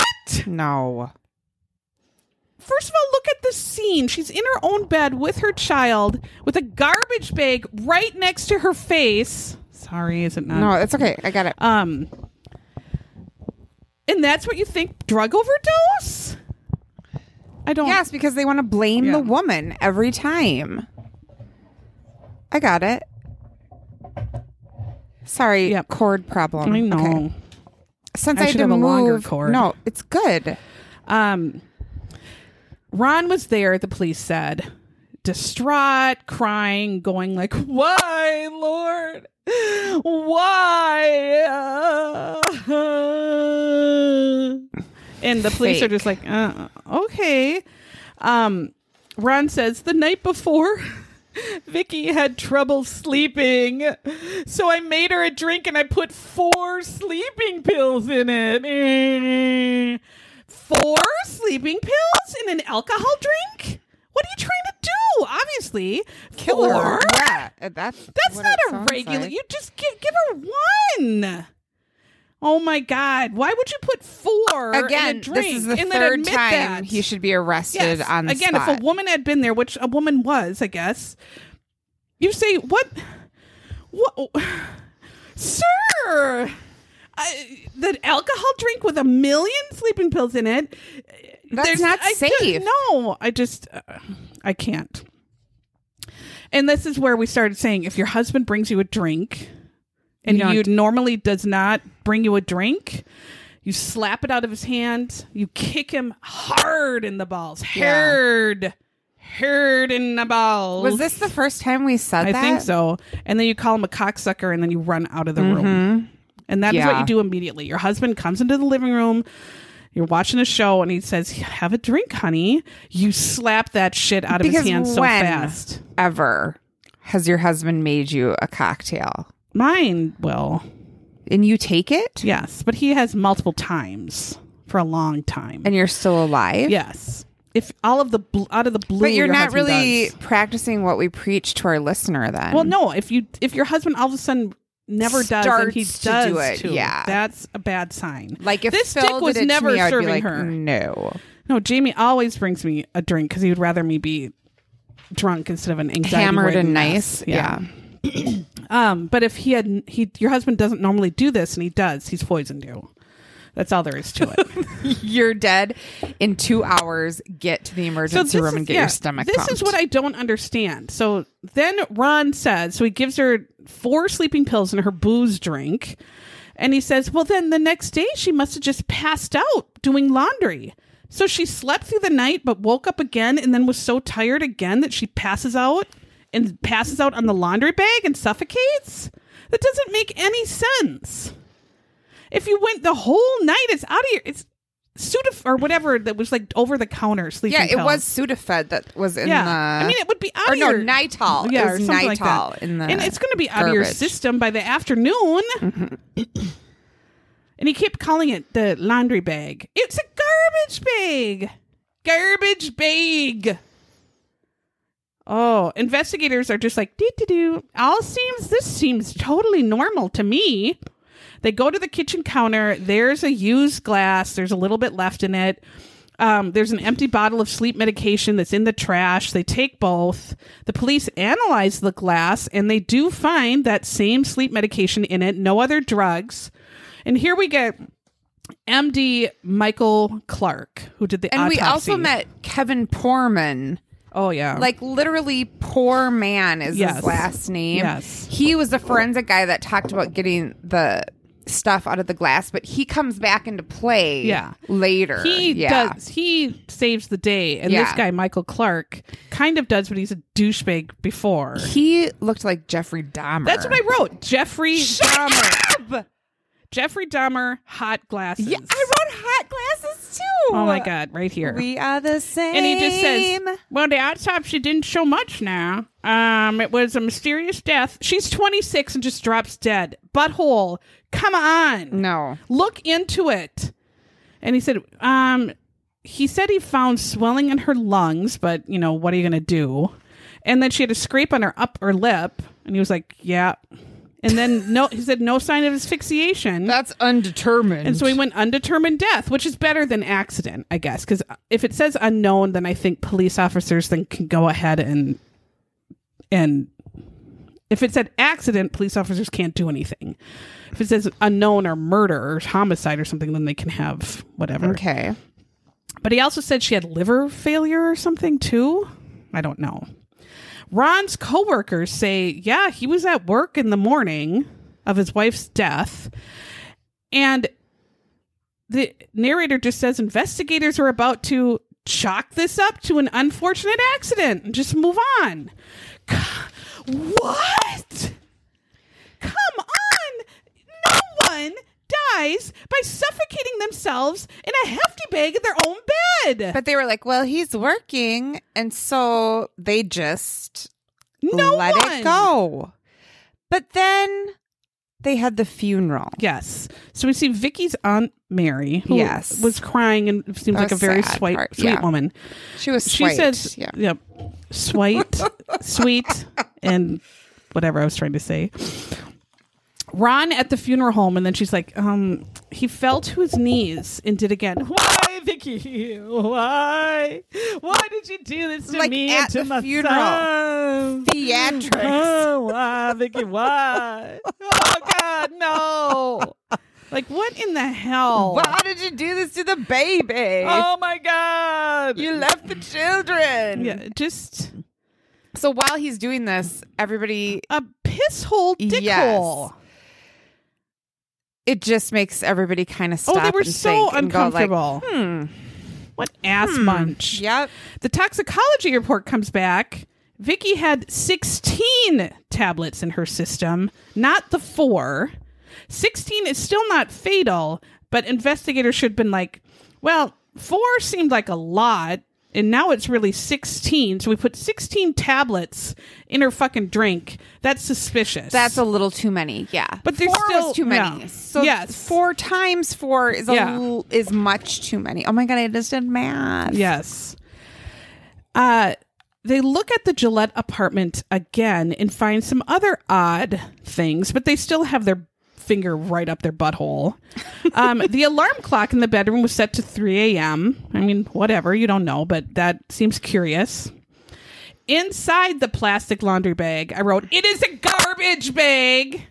Speaker 3: No.
Speaker 2: First of all, look at this scene. She's in her own bed with her child with a garbage bag right next to her face. Sorry, is it not?
Speaker 3: No, it's okay. I got it.
Speaker 2: Um And that's what you think drug overdose? I don't
Speaker 3: Yes, because they want to blame
Speaker 2: Yeah.
Speaker 3: the woman every time. I got it. Sorry,
Speaker 2: Yep.
Speaker 3: cord problem.
Speaker 2: I know.
Speaker 3: Okay. Since
Speaker 2: I
Speaker 3: I,
Speaker 2: should
Speaker 3: had to
Speaker 2: have a
Speaker 3: move,
Speaker 2: longer cord.
Speaker 3: No, it's good.
Speaker 2: Um, Ron was there, the police said, distraught, crying, going like, Why, Lord? Why? uh?" And the police are
Speaker 3: Fake.
Speaker 2: just like, uh, okay. Um, Ron says, The night before. <laughs> Vicky had trouble sleeping, so I made her a drink and I put four sleeping pills in it. <laughs> Four sleeping pills in an alcohol drink? What are you trying to do? Obviously,
Speaker 3: Killer.
Speaker 2: four?
Speaker 3: Yeah, that's
Speaker 2: That's
Speaker 3: what
Speaker 2: not
Speaker 3: it
Speaker 2: a
Speaker 3: sounds
Speaker 2: regular.
Speaker 3: like.
Speaker 2: You just give give her one. Oh my God! Why would you put four in
Speaker 3: Again,
Speaker 2: a drink
Speaker 3: this is the
Speaker 2: and then
Speaker 3: third
Speaker 2: admit
Speaker 3: time
Speaker 2: that?
Speaker 3: he should be arrested
Speaker 2: Yes.
Speaker 3: on the
Speaker 2: Again,
Speaker 3: spot.
Speaker 2: if a woman had been there, which a woman was, I guess, you say what? What, sir? I, that alcohol drink with a million sleeping pills in it.
Speaker 3: That's
Speaker 2: there's-
Speaker 3: not
Speaker 2: I just-
Speaker 3: safe.
Speaker 2: no, I just, uh, I can't. And this is where we started saying, if your husband brings you a drink, and
Speaker 3: You don't-
Speaker 2: you normally does not bring you a drink, you slap it out of his hand. You kick him hard in the balls. Hard. Hard in the balls.
Speaker 3: was this the first time we said
Speaker 2: I
Speaker 3: that?
Speaker 2: think so. And then you call him a cocksucker and then you run out of the room. And that is what
Speaker 3: Mm-hmm. Yeah.
Speaker 2: you do immediately. Your husband comes into the living room. You're watching a show and he says, Have a drink, honey. You slap that shit out of
Speaker 3: Because
Speaker 2: his hand so
Speaker 3: when?
Speaker 2: fast.
Speaker 3: Ever has your husband made you a cocktail
Speaker 2: Mine will.
Speaker 3: and you take it
Speaker 2: Yes. But he has multiple times for a long time.
Speaker 3: and you're still alive?
Speaker 2: Yes. If all of the bl- out of the blue,
Speaker 3: But you're
Speaker 2: your
Speaker 3: not
Speaker 2: husband
Speaker 3: really
Speaker 2: does-
Speaker 3: practicing what we preach to our listener then.
Speaker 2: Well, no. If you if your husband all of a sudden never does and he
Speaker 3: Starts to
Speaker 2: does
Speaker 3: do it,
Speaker 2: too,
Speaker 3: yeah.
Speaker 2: that's a bad sign.
Speaker 3: Like if
Speaker 2: this
Speaker 3: Phil
Speaker 2: dick was
Speaker 3: did it to
Speaker 2: never
Speaker 3: me, I'd be
Speaker 2: serving
Speaker 3: like, mm.
Speaker 2: her.
Speaker 3: No.
Speaker 2: No, Jamie always brings me a drink because he would rather me be drunk instead of an anxiety
Speaker 3: Hammered and
Speaker 2: ridden
Speaker 3: nice.
Speaker 2: mess. Um, but if he had he your husband doesn't normally do this and he does, he's poisoned you. That's all there is to it.
Speaker 3: yeah. <laughs> You're dead in two hours. Get to the emergency
Speaker 2: this
Speaker 3: room
Speaker 2: is-
Speaker 3: and get
Speaker 2: yeah,
Speaker 3: your stomach
Speaker 2: This is
Speaker 3: pumped.
Speaker 2: what I don't understand. So then Ron says, so he gives her four sleeping pills and her booze drink. And he says, well, then the next day she must have just passed out doing laundry. So she slept through the night, but woke up again and then was so tired again that she passes out and passes out on the laundry bag and suffocates. That doesn't make any sense. If you went the whole night, it's out of your, it's Sudaf or whatever that was like over the counter sleeping
Speaker 3: Yeah, it
Speaker 2: pills.
Speaker 3: was Sudafed that was in
Speaker 2: Yeah,
Speaker 3: the.
Speaker 2: I mean, it would be out
Speaker 3: or
Speaker 2: of
Speaker 3: no,
Speaker 2: your
Speaker 3: Nital.
Speaker 2: yeah,
Speaker 3: it
Speaker 2: or
Speaker 3: was
Speaker 2: something like
Speaker 3: Nital
Speaker 2: that.
Speaker 3: in the.
Speaker 2: and it's going to be out of your
Speaker 3: garbage. Mm-hmm.
Speaker 2: system by the afternoon. and he kept calling it the laundry bag. It's a garbage bag, garbage bag. Oh, investigators are just like doo doo doo. All seems this seems totally normal to me. They go to the kitchen counter. There's a used glass. There's a little bit left in it. Um, there's an empty bottle of sleep medication that's in the trash. They take both. The police analyze the glass and they do find that same sleep medication in it, no other drugs. And here we get MD Michael Clark, who did the
Speaker 3: And we
Speaker 2: autopsy.
Speaker 3: also met Kevin Poorman.
Speaker 2: Oh yeah,
Speaker 3: Like literally, poor man is
Speaker 2: Yes.
Speaker 3: his last name.
Speaker 2: Yes.
Speaker 3: He was the forensic guy that talked about getting the stuff out of the glass, but he comes back into play
Speaker 2: Yeah.
Speaker 3: later.
Speaker 2: he
Speaker 3: yeah.
Speaker 2: does. He saves the day, and this
Speaker 3: Yeah.
Speaker 2: guy Michael Clark kind of does, but he's a douchebag before.
Speaker 3: He looked like Jeffrey Dahmer.
Speaker 2: That's what I wrote. Jeffrey Dahmer.
Speaker 3: Up!
Speaker 2: Jeffrey Dahmer. Hot glasses.
Speaker 3: Yeah, I wrote hot glasses too.
Speaker 2: Oh my god, right here.
Speaker 3: We are the same.
Speaker 2: and he just says, "Well, the autopsy didn't show much. Now, um, it was a mysterious death. She's 26 and just drops dead. Butthole. Come on,
Speaker 3: "No."
Speaker 2: look into it." And he said, "Um, he said he found swelling in her lungs, but you know what are you gonna do?" And then she had a scrape on her upper lip, and he was like, "Yeah." And then no, he said no sign of asphyxiation.
Speaker 3: That's undetermined.
Speaker 2: And so he went undetermined death, which is better than accident, I guess. Because if it says unknown, then I think police officers then can go ahead and and if it said accident, police officers can't do anything. If it says unknown or murder or homicide or something, then they can have whatever.
Speaker 3: okay.
Speaker 2: But he also said she had liver failure or something too. I don't know. Ron's coworkers say, yeah, he was at work in the morning of his wife's death. And the narrator just says investigators are about to chalk this up to an unfortunate accident and just move on. C- What? Come on! No one dies by suffocating themselves in a hefty bag in their own bed.
Speaker 3: But they were like, "Well, he's working," and so they just
Speaker 2: no
Speaker 3: let
Speaker 2: one.
Speaker 3: it go. But then they had the funeral.
Speaker 2: Yes. So we see Vicky's aunt Mary, who
Speaker 3: Yes.
Speaker 2: was crying and seems like a
Speaker 3: was
Speaker 2: very
Speaker 3: sad
Speaker 2: sweet,
Speaker 3: part,
Speaker 2: sweet
Speaker 3: yeah.
Speaker 2: woman.
Speaker 3: She was.
Speaker 2: She
Speaker 3: swiped,
Speaker 2: says,
Speaker 3: "Yeah."
Speaker 2: "Yep, sweet, sweet, and whatever I was trying to say." Ron at the funeral home, and then she's like, um, he fell to his knees and did again. <laughs> Why, Vicky? Why? Why did you do this to
Speaker 3: Like
Speaker 2: me
Speaker 3: at
Speaker 2: and to
Speaker 3: the
Speaker 2: my
Speaker 3: funeral. <laughs>
Speaker 2: son?
Speaker 3: <gasps> Theatrics.
Speaker 2: Oh, why, Vicky? Why? Oh God, no! Like, what in the hell?
Speaker 3: Why did you do this to the baby?
Speaker 2: Oh my God!
Speaker 3: You left the children.
Speaker 2: yeah, just
Speaker 3: So while he's doing this, everybody
Speaker 2: a piss hole Oh, dick
Speaker 3: Yes.
Speaker 2: hole.
Speaker 3: it just makes everybody kind of
Speaker 2: Oh,
Speaker 3: stop.
Speaker 2: they were
Speaker 3: and
Speaker 2: so
Speaker 3: think and go like, "Hmm,
Speaker 2: uncomfortable. What ass munch?
Speaker 3: yep.
Speaker 2: The toxicology report comes back. Vicky had 16 tablets in her system, not the four. 16 is still not fatal, but investigators should have been like, well, four seemed like a lot, and now it's really 16. So we put 16 tablets in her fucking drink. That's suspicious.
Speaker 3: That's a little too many. Yeah.
Speaker 2: But there's
Speaker 3: four
Speaker 2: still-
Speaker 3: was too many.
Speaker 2: yeah.
Speaker 3: So
Speaker 2: Yes.
Speaker 3: four times four is a
Speaker 2: Yeah.
Speaker 3: l- is much too many. Oh my god, I just did math.
Speaker 2: Yes. Uh, they look at the Gillette apartment again and find some other odd things, but they still have their finger right up their butthole. Um, the alarm clock in the bedroom was set to 3 a.m. I mean, whatever, you don't know, but that seems curious. Inside the plastic laundry bag, I wrote, It is a garbage bag.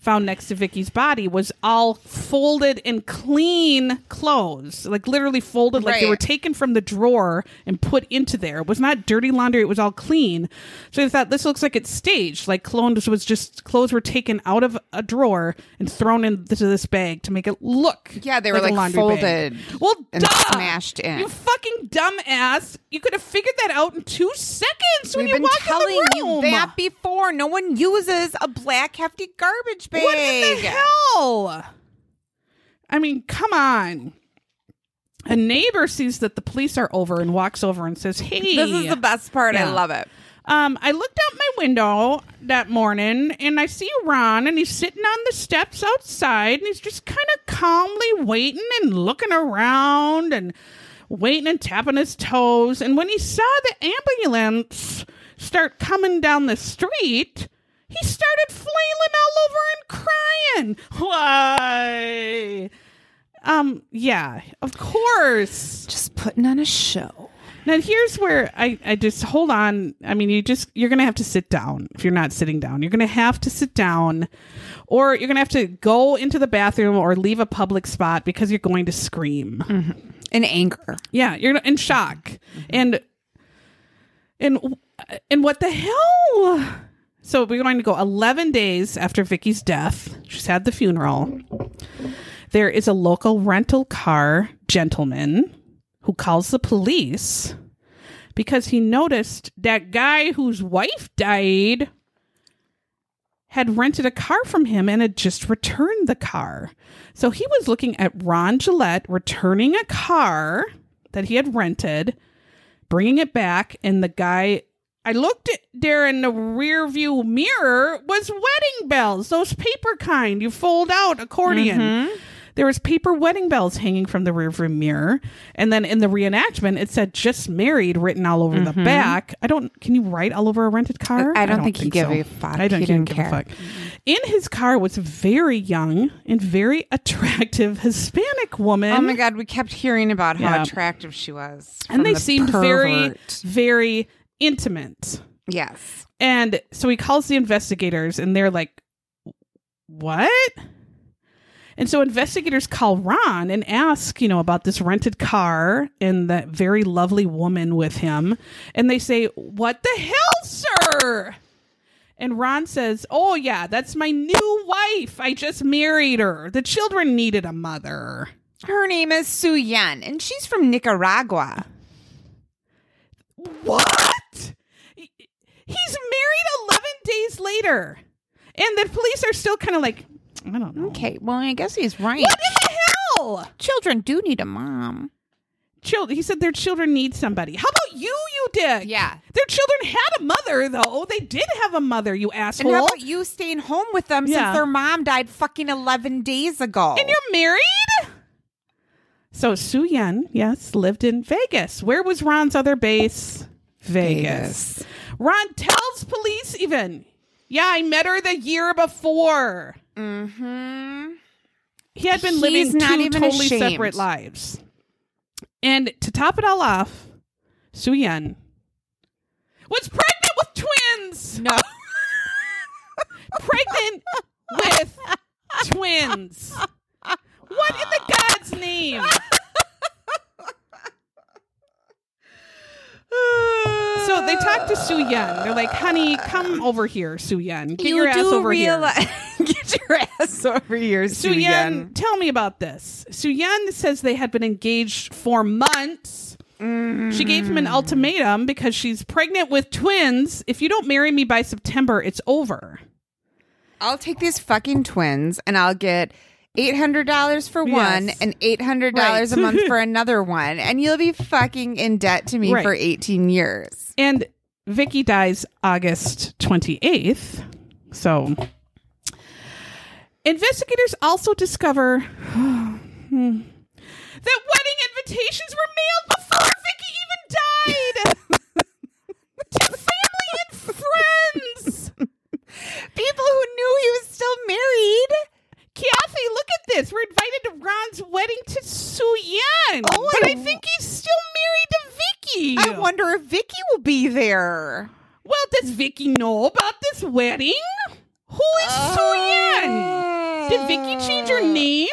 Speaker 2: Found next to Vicky's body was all folded and clean clothes, like literally folded, like they
Speaker 3: Right.
Speaker 2: were taken from the drawer and put into there. It was not dirty laundry, it was all clean. So they thought this looks like it's staged, like clothes was just clothes were taken out of a drawer and thrown into this bag to make it look.
Speaker 3: Yeah, they were,
Speaker 2: a
Speaker 3: like,
Speaker 2: laundry bag.
Speaker 3: folded
Speaker 2: Well,
Speaker 3: and
Speaker 2: duh!
Speaker 3: smashed in.
Speaker 2: You fucking dumbass! You could have figured that out in two seconds when
Speaker 3: We've
Speaker 2: you
Speaker 3: been
Speaker 2: walked
Speaker 3: telling
Speaker 2: in the
Speaker 3: you
Speaker 2: room.
Speaker 3: that before. No one uses a black hefty garbage bag.
Speaker 2: What in the hell? I mean, come on. A neighbor sees that the police are over and walks over and says, "Hey,
Speaker 3: This is the best part. I
Speaker 2: Yeah.
Speaker 3: love it.
Speaker 2: Um, I looked out my window that morning and I see Ron and he's sitting on the steps outside and he's just kind of calmly waiting and looking around and waiting and tapping his toes. And when he saw the ambulance start coming down the street, he started flailing all <laughs> over and crying. Why? Um, yeah, of course.
Speaker 3: Just putting on a show.
Speaker 2: Now here's where I, I just hold on. I mean, you just you're gonna have to sit down if you're not sitting down. You're gonna have to sit down, or you're gonna have to go into the bathroom or leave a public spot because you're going to scream.
Speaker 3: in anger.
Speaker 2: Yeah, you're in shock. And and and what the hell? So we're going to go 11 days after Vicky's death. She's had the funeral. There is a local rental car gentleman who calls the police because he noticed that guy whose wife died had rented a car from him and had just returned the car. So he was looking at Ron Gillette returning a car that he had rented, bringing it back, and the guy. I looked at there in the rear view mirror was wedding bells, those paper kind you fold out accordion.
Speaker 3: Mm-hmm.
Speaker 2: There was paper wedding bells hanging from the rear view mirror. And then in the reenactment, it said just married written all over the back. I don't, can you write all over a rented car?
Speaker 3: Mm-hmm. I don't think he gave a fuck.
Speaker 2: I don't
Speaker 3: He
Speaker 2: think he
Speaker 3: didn't
Speaker 2: gave a
Speaker 3: care.
Speaker 2: fuck. In his car was a very young and very <laughs> attractive Hispanic woman.
Speaker 3: Oh my god, we kept hearing about how
Speaker 2: Yeah.
Speaker 3: attractive she was. from
Speaker 2: and they
Speaker 3: the
Speaker 2: seemed
Speaker 3: pervert.
Speaker 2: very, very intimate.
Speaker 3: Yes.
Speaker 2: And so he calls the investigators, and they're like, "What?" And so investigators call Ron and ask, you know, about this rented car and that very lovely woman with him, and they say, "What the hell, sir?" And Ron says, "Oh yeah, that's my new wife. I just married her. The children needed a mother."
Speaker 3: Her name is Su Yan, and she's from Nicaragua.
Speaker 2: What? He- He's married 11 days later. And the police are still kind of like, I don't know.
Speaker 3: Okay, well, I guess he's right.
Speaker 2: What in the hell?
Speaker 3: Children do need a mom.
Speaker 2: Chil- he said their children need somebody. How about you, you dick?
Speaker 3: Yeah.
Speaker 2: Their children had a mother, though. They did have a mother, you
Speaker 3: And
Speaker 2: asshole.
Speaker 3: how about you staying home with them
Speaker 2: Yeah.
Speaker 3: since their mom died fucking 11 days ago?
Speaker 2: and you're married? So Su Yan, yes, lived in Vegas. Where was Ron's other base? Vegas. Ron tells police even, yeah, I met her the year before.
Speaker 3: Mm-hmm.
Speaker 2: he had been
Speaker 3: He's
Speaker 2: living
Speaker 3: not
Speaker 2: two
Speaker 3: even
Speaker 2: totally
Speaker 3: ashamed.
Speaker 2: separate lives. And to top it all off, Su Yan was pregnant with twins.
Speaker 3: No.
Speaker 2: <laughs> Pregnant with twins. What in the God's name? So they talked to
Speaker 3: Uh,
Speaker 2: Su Yan. They're like, honey, come over here, Su Yan. Get your ass over here.
Speaker 3: <laughs> Get your ass over here,
Speaker 2: Suyan, tell me about this. Suyan says they had been engaged for months. She gave him an ultimatum because she's pregnant with twins. If you don't marry me by September, it's over.
Speaker 3: I'll take these fucking twins and I'll get $800 for one
Speaker 2: Yes.
Speaker 3: and $800 a
Speaker 2: Right. <laughs>
Speaker 3: month for another one. And you'll be fucking in debt to me
Speaker 2: Right.
Speaker 3: for 18 years.
Speaker 2: And Vicky dies August 28th. So investigators also discover <sighs> hmm, that wedding invitations were mailed before Vicky even died. to family and friends.
Speaker 3: People who knew he was still married.
Speaker 2: Kathy, look at this. We're invited to Ron's wedding to Su Yan.
Speaker 3: Oh,
Speaker 2: but
Speaker 3: I-
Speaker 2: I think he's still married to Vicky.
Speaker 3: I wonder if Vicky will be there.
Speaker 2: well, does Vicky know about this wedding? Who is Su Yan?
Speaker 3: Oh.
Speaker 2: Did Vicky change her name?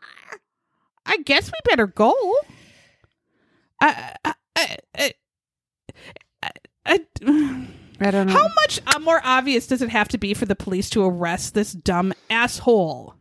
Speaker 2: <laughs> I guess we better go. Uh, I, I, I, I, I, I,
Speaker 3: I don't
Speaker 2: uh,
Speaker 3: know.
Speaker 2: how much uh, more obvious does it have to be for the police to arrest this dumb asshole?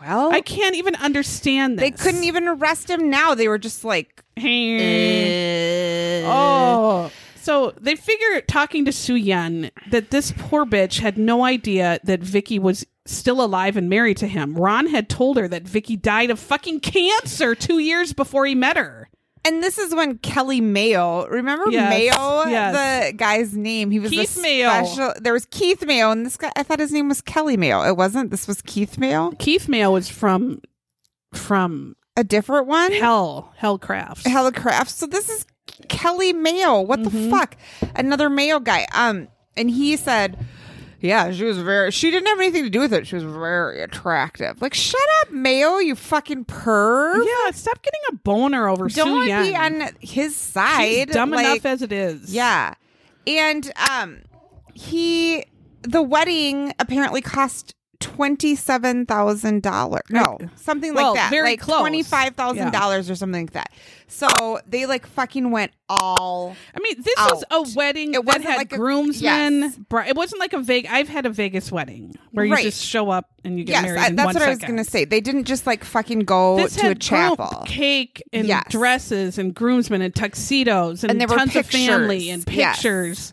Speaker 3: well,
Speaker 2: I can't even understand this.
Speaker 3: Oh. they couldn't even arrest him now. They were just like, eh.
Speaker 2: Hey. Oh. So they figure talking to Su Yan that this poor bitch had no idea that Vicky was still alive and married to him. Ron had told her that Vicky died of fucking cancer two years before he met her.
Speaker 3: And this is when Kelly Mayo, remember
Speaker 2: Yes,
Speaker 3: Mayo,
Speaker 2: yes.
Speaker 3: the guy's name? He was the
Speaker 2: Keith Mayo.
Speaker 3: special- There was Keith Mayo, and this guy, I thought his name was Kelly Mayo. It wasn't. This was Keith Mayo,
Speaker 2: Keith Mayo was from from
Speaker 3: a different one.
Speaker 2: Hell Hellcraft.
Speaker 3: Helicraft. So this is
Speaker 2: Mm-hmm.
Speaker 3: Kelly Mayo. What the fuck? Another Mayo guy. Um, and he said, Yeah, she was very. She didn't have anything to do with it. She was very attractive. Like, shut up, Mayo, you fucking perv.
Speaker 2: Yeah, stop getting a boner over
Speaker 3: Don't
Speaker 2: Su
Speaker 3: want to be
Speaker 2: Yan.
Speaker 3: on his
Speaker 2: She's
Speaker 3: side.
Speaker 2: dumb
Speaker 3: like,
Speaker 2: enough as it is.
Speaker 3: Yeah. And um he the wedding apparently cost twenty-seven thousand dollars. No, something
Speaker 2: Well,
Speaker 3: like that.
Speaker 2: very
Speaker 3: like
Speaker 2: close.
Speaker 3: twenty-five thousand dollars or something like that. So they like fucking went all
Speaker 2: I mean, this
Speaker 3: Out.
Speaker 2: was a wedding
Speaker 3: Oh.
Speaker 2: that
Speaker 3: It wasn't
Speaker 2: had
Speaker 3: like a-
Speaker 2: groomsmen.
Speaker 3: yes.
Speaker 2: bri- it wasn't like a Vegas. I've had a Vegas wedding where you
Speaker 3: Right.
Speaker 2: just show up and you get
Speaker 3: Yes,
Speaker 2: married.
Speaker 3: I,
Speaker 2: in
Speaker 3: that's
Speaker 2: one
Speaker 3: what I was
Speaker 2: second.
Speaker 3: gonna say. They didn't just like fucking go
Speaker 2: This
Speaker 3: to a
Speaker 2: had group
Speaker 3: chapel.
Speaker 2: cake and
Speaker 3: Yes.
Speaker 2: dresses and groomsmen and tuxedos and,
Speaker 3: And there were
Speaker 2: tons of family
Speaker 3: pictures.
Speaker 2: and
Speaker 3: Yes.
Speaker 2: pictures.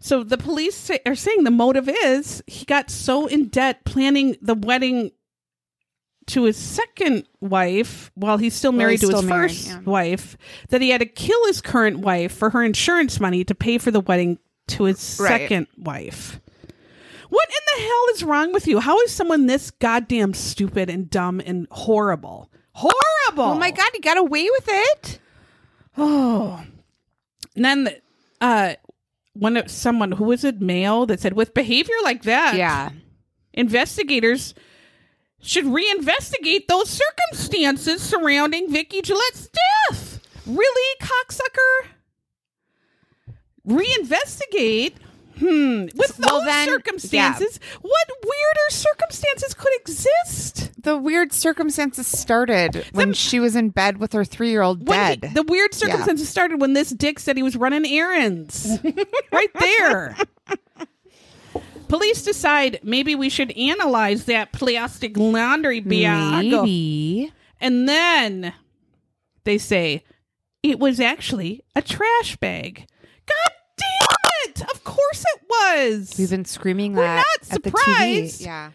Speaker 2: So the police say, are saying the motive is he got so in debt planning the wedding to his second wife while he's still married
Speaker 3: he's
Speaker 2: to
Speaker 3: still
Speaker 2: his
Speaker 3: married,
Speaker 2: first
Speaker 3: yeah.
Speaker 2: wife that he had to kill his current wife for her insurance money to pay for the wedding to his
Speaker 3: Right.
Speaker 2: second wife. What in the hell is wrong with you? How is someone this goddamn stupid and dumb and horrible? Horrible.
Speaker 3: Oh my god, he got away with it.
Speaker 2: Oh. <sighs> And then uh one of someone who was it male that said with behavior like that, investigators should reinvestigate those circumstances surrounding Vicky Gillette's death. Really, cocksucker? Reinvestigate. Hmm. With
Speaker 3: Well,
Speaker 2: those
Speaker 3: then-
Speaker 2: circumstances, what weirder circumstances could exist?
Speaker 3: The weird circumstances started when she was in bed with her three year old
Speaker 2: when he-
Speaker 3: dead.
Speaker 2: the weird circumstances started when this dick said he was running
Speaker 3: <laughs>
Speaker 2: errands. right there. Police decide maybe we should analyze that plastic laundry bag. And then they say it was actually a trash bag. God damn it! Of course it was.
Speaker 3: We've been screaming
Speaker 2: We're
Speaker 3: that
Speaker 2: not
Speaker 3: at the
Speaker 2: surprised.
Speaker 3: TV. Yeah.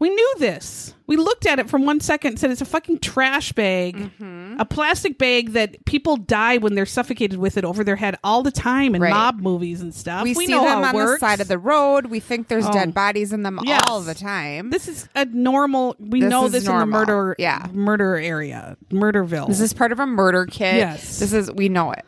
Speaker 2: We knew this. We looked at it from one second and said it's a fucking trash bag,
Speaker 3: Mm-hmm.
Speaker 2: a plastic bag that people die when they're suffocated with it over their head all the time in
Speaker 3: Right.
Speaker 2: mob movies and stuff.
Speaker 3: We,
Speaker 2: We,
Speaker 3: see
Speaker 2: know
Speaker 3: them
Speaker 2: how it
Speaker 3: on
Speaker 2: works.
Speaker 3: the side of the road. We think there's
Speaker 2: Oh.
Speaker 3: dead bodies in them
Speaker 2: Yes.
Speaker 3: all the time.
Speaker 2: This is a normal. We
Speaker 3: This
Speaker 2: know
Speaker 3: is
Speaker 2: this in the
Speaker 3: normal.
Speaker 2: murder,
Speaker 3: Yeah.
Speaker 2: murder area, murderville.
Speaker 3: This is part of a murder kit.
Speaker 2: Yes.
Speaker 3: This is we know it.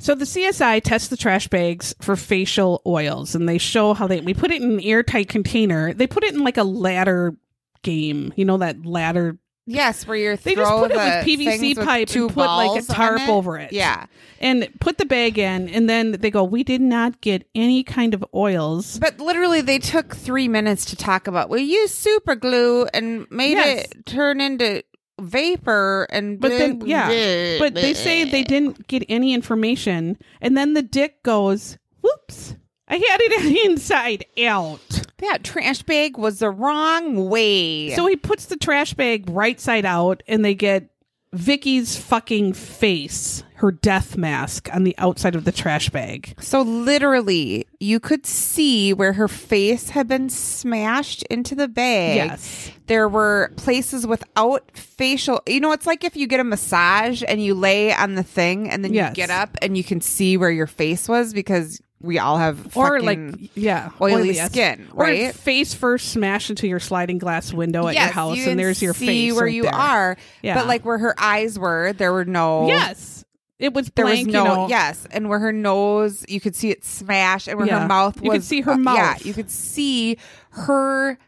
Speaker 2: So the CSI tests the trash bags for facial oils, and they show how they we put it in an airtight container. They put it in like a ladder game, you know that ladder.
Speaker 3: Yes, where you're
Speaker 2: They just
Speaker 3: throw
Speaker 2: put it with
Speaker 3: the
Speaker 2: PVC
Speaker 3: things with
Speaker 2: pipe
Speaker 3: two
Speaker 2: and put, like, a
Speaker 3: balls on
Speaker 2: tarp over it.
Speaker 3: Yeah.
Speaker 2: And put the bag in, and then they go, "We did not get any kind of oils."
Speaker 3: But literally they took three minutes to talk about we used super glue and made
Speaker 2: Yes.
Speaker 3: it turn into vapor and
Speaker 2: But then, yeah, but they say they didn't get any information, and then the dick goes, "Whoops, I had it <laughs> inside out."
Speaker 3: that trash bag was the wrong way.
Speaker 2: So he puts the trash bag right side out, and they get Vicky's fucking face, her death mask, on the outside of the trash bag.
Speaker 3: So literally, you could see where her face had been smashed into the bag.
Speaker 2: Yes.
Speaker 3: There were places without facial. You know, it's like if you get a massage and you lay on the thing and then
Speaker 2: Yes.
Speaker 3: you get up and you can see where your face was because we all have
Speaker 2: Or
Speaker 3: fucking-
Speaker 2: like, yeah,
Speaker 3: oily
Speaker 2: ass-
Speaker 3: skin,
Speaker 2: or
Speaker 3: right?
Speaker 2: face first smash into your sliding glass window at your
Speaker 3: Yes,
Speaker 2: house,
Speaker 3: you
Speaker 2: and
Speaker 3: can
Speaker 2: there's your
Speaker 3: see
Speaker 2: face
Speaker 3: where
Speaker 2: right
Speaker 3: you
Speaker 2: there.
Speaker 3: are.
Speaker 2: Yeah.
Speaker 3: But like where her eyes were, there were no.
Speaker 2: Yes, it was
Speaker 3: There
Speaker 2: blank.
Speaker 3: was no
Speaker 2: you know.
Speaker 3: yes, and where her nose, you could see it smash, and where
Speaker 2: Yeah.
Speaker 3: her mouth was.
Speaker 2: You could see her
Speaker 3: Yeah,
Speaker 2: mouth.
Speaker 3: you could see her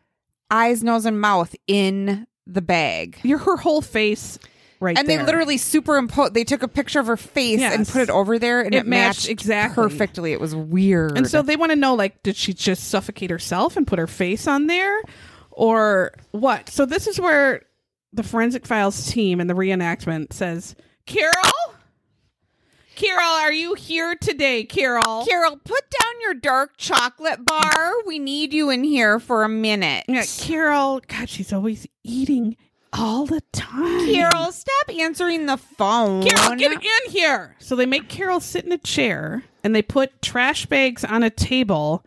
Speaker 3: eyes, nose, and mouth in the bag.
Speaker 2: your her whole face, right?
Speaker 3: and they
Speaker 2: there.
Speaker 3: literally superimposed. They took a picture of her face and
Speaker 2: Yes.
Speaker 3: put it over there, and
Speaker 2: It
Speaker 3: it,
Speaker 2: matched
Speaker 3: matched,
Speaker 2: exactly.
Speaker 3: perfectly. It was weird.
Speaker 2: And so they want to know like, did she just suffocate herself and put her face on there or what? So this is where the forensic files team and the reenactment says, Carol? Carol, are you here today, Carol?
Speaker 3: Carol, put down your dark chocolate bar. We need you in here for a minute.
Speaker 2: Yeah, Carol, God, she's always eating all the time.
Speaker 3: Carol, stop answering the phone.
Speaker 2: Carol, get in here. So they make Carol sit in a chair and they put trash bags on a table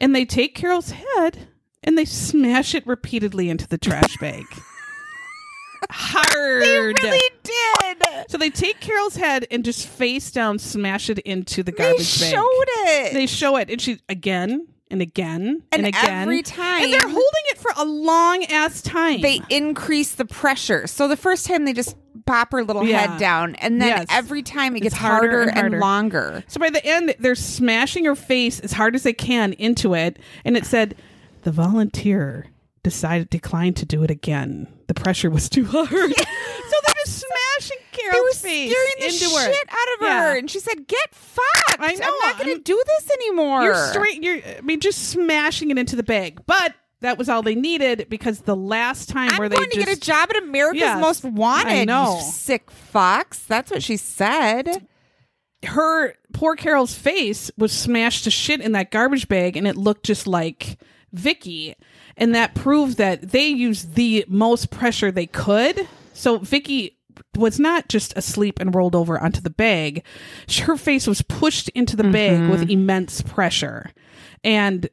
Speaker 2: and they take Carol's head and they smash it repeatedly into the trash
Speaker 3: <laughs>
Speaker 2: bag. Hard.
Speaker 3: really did.
Speaker 2: so they take Carol's head and just face down smash it into the
Speaker 3: They
Speaker 2: garbage bag.
Speaker 3: showed it.
Speaker 2: They show it and she again and again and,
Speaker 3: And
Speaker 2: again.
Speaker 3: every time-
Speaker 2: And they're holding it for a long ass time.
Speaker 3: they increase the pressure. So the first time they just bop her little
Speaker 2: Yeah.
Speaker 3: head down, and then
Speaker 2: Yes.
Speaker 3: every time it
Speaker 2: It's
Speaker 3: gets harder,
Speaker 2: harder and
Speaker 3: and,
Speaker 2: harder.
Speaker 3: longer.
Speaker 2: So by the end, they're smashing her face as hard as they can into it, and it said, "The volunteer decided declined to do it again. The pressure was too
Speaker 3: <laughs>
Speaker 2: hard." so they're just smashing
Speaker 3: They were
Speaker 2: Carol's face
Speaker 3: scaring the
Speaker 2: into
Speaker 3: shit
Speaker 2: her.
Speaker 3: out of
Speaker 2: Yeah.
Speaker 3: her, and she said, "Get fucked!
Speaker 2: I know,
Speaker 3: I'm not going
Speaker 2: I'm-
Speaker 3: to do this anymore."
Speaker 2: You're straight. You're. I mean, just smashing it into the bag, but. That was all they needed because the last time
Speaker 3: I'm
Speaker 2: where
Speaker 3: going
Speaker 2: they
Speaker 3: to
Speaker 2: just
Speaker 3: get a job at America's
Speaker 2: Yes,
Speaker 3: Most Wanted.
Speaker 2: I know.
Speaker 3: You sick fox. That's what she said.
Speaker 2: her poor Carol's face was smashed to shit in that garbage bag and it looked just like Vicky and that proved that they used the most pressure they could so Vicky was not just asleep and rolled over onto the bag Sh- her face was pushed into the bag with immense pressure and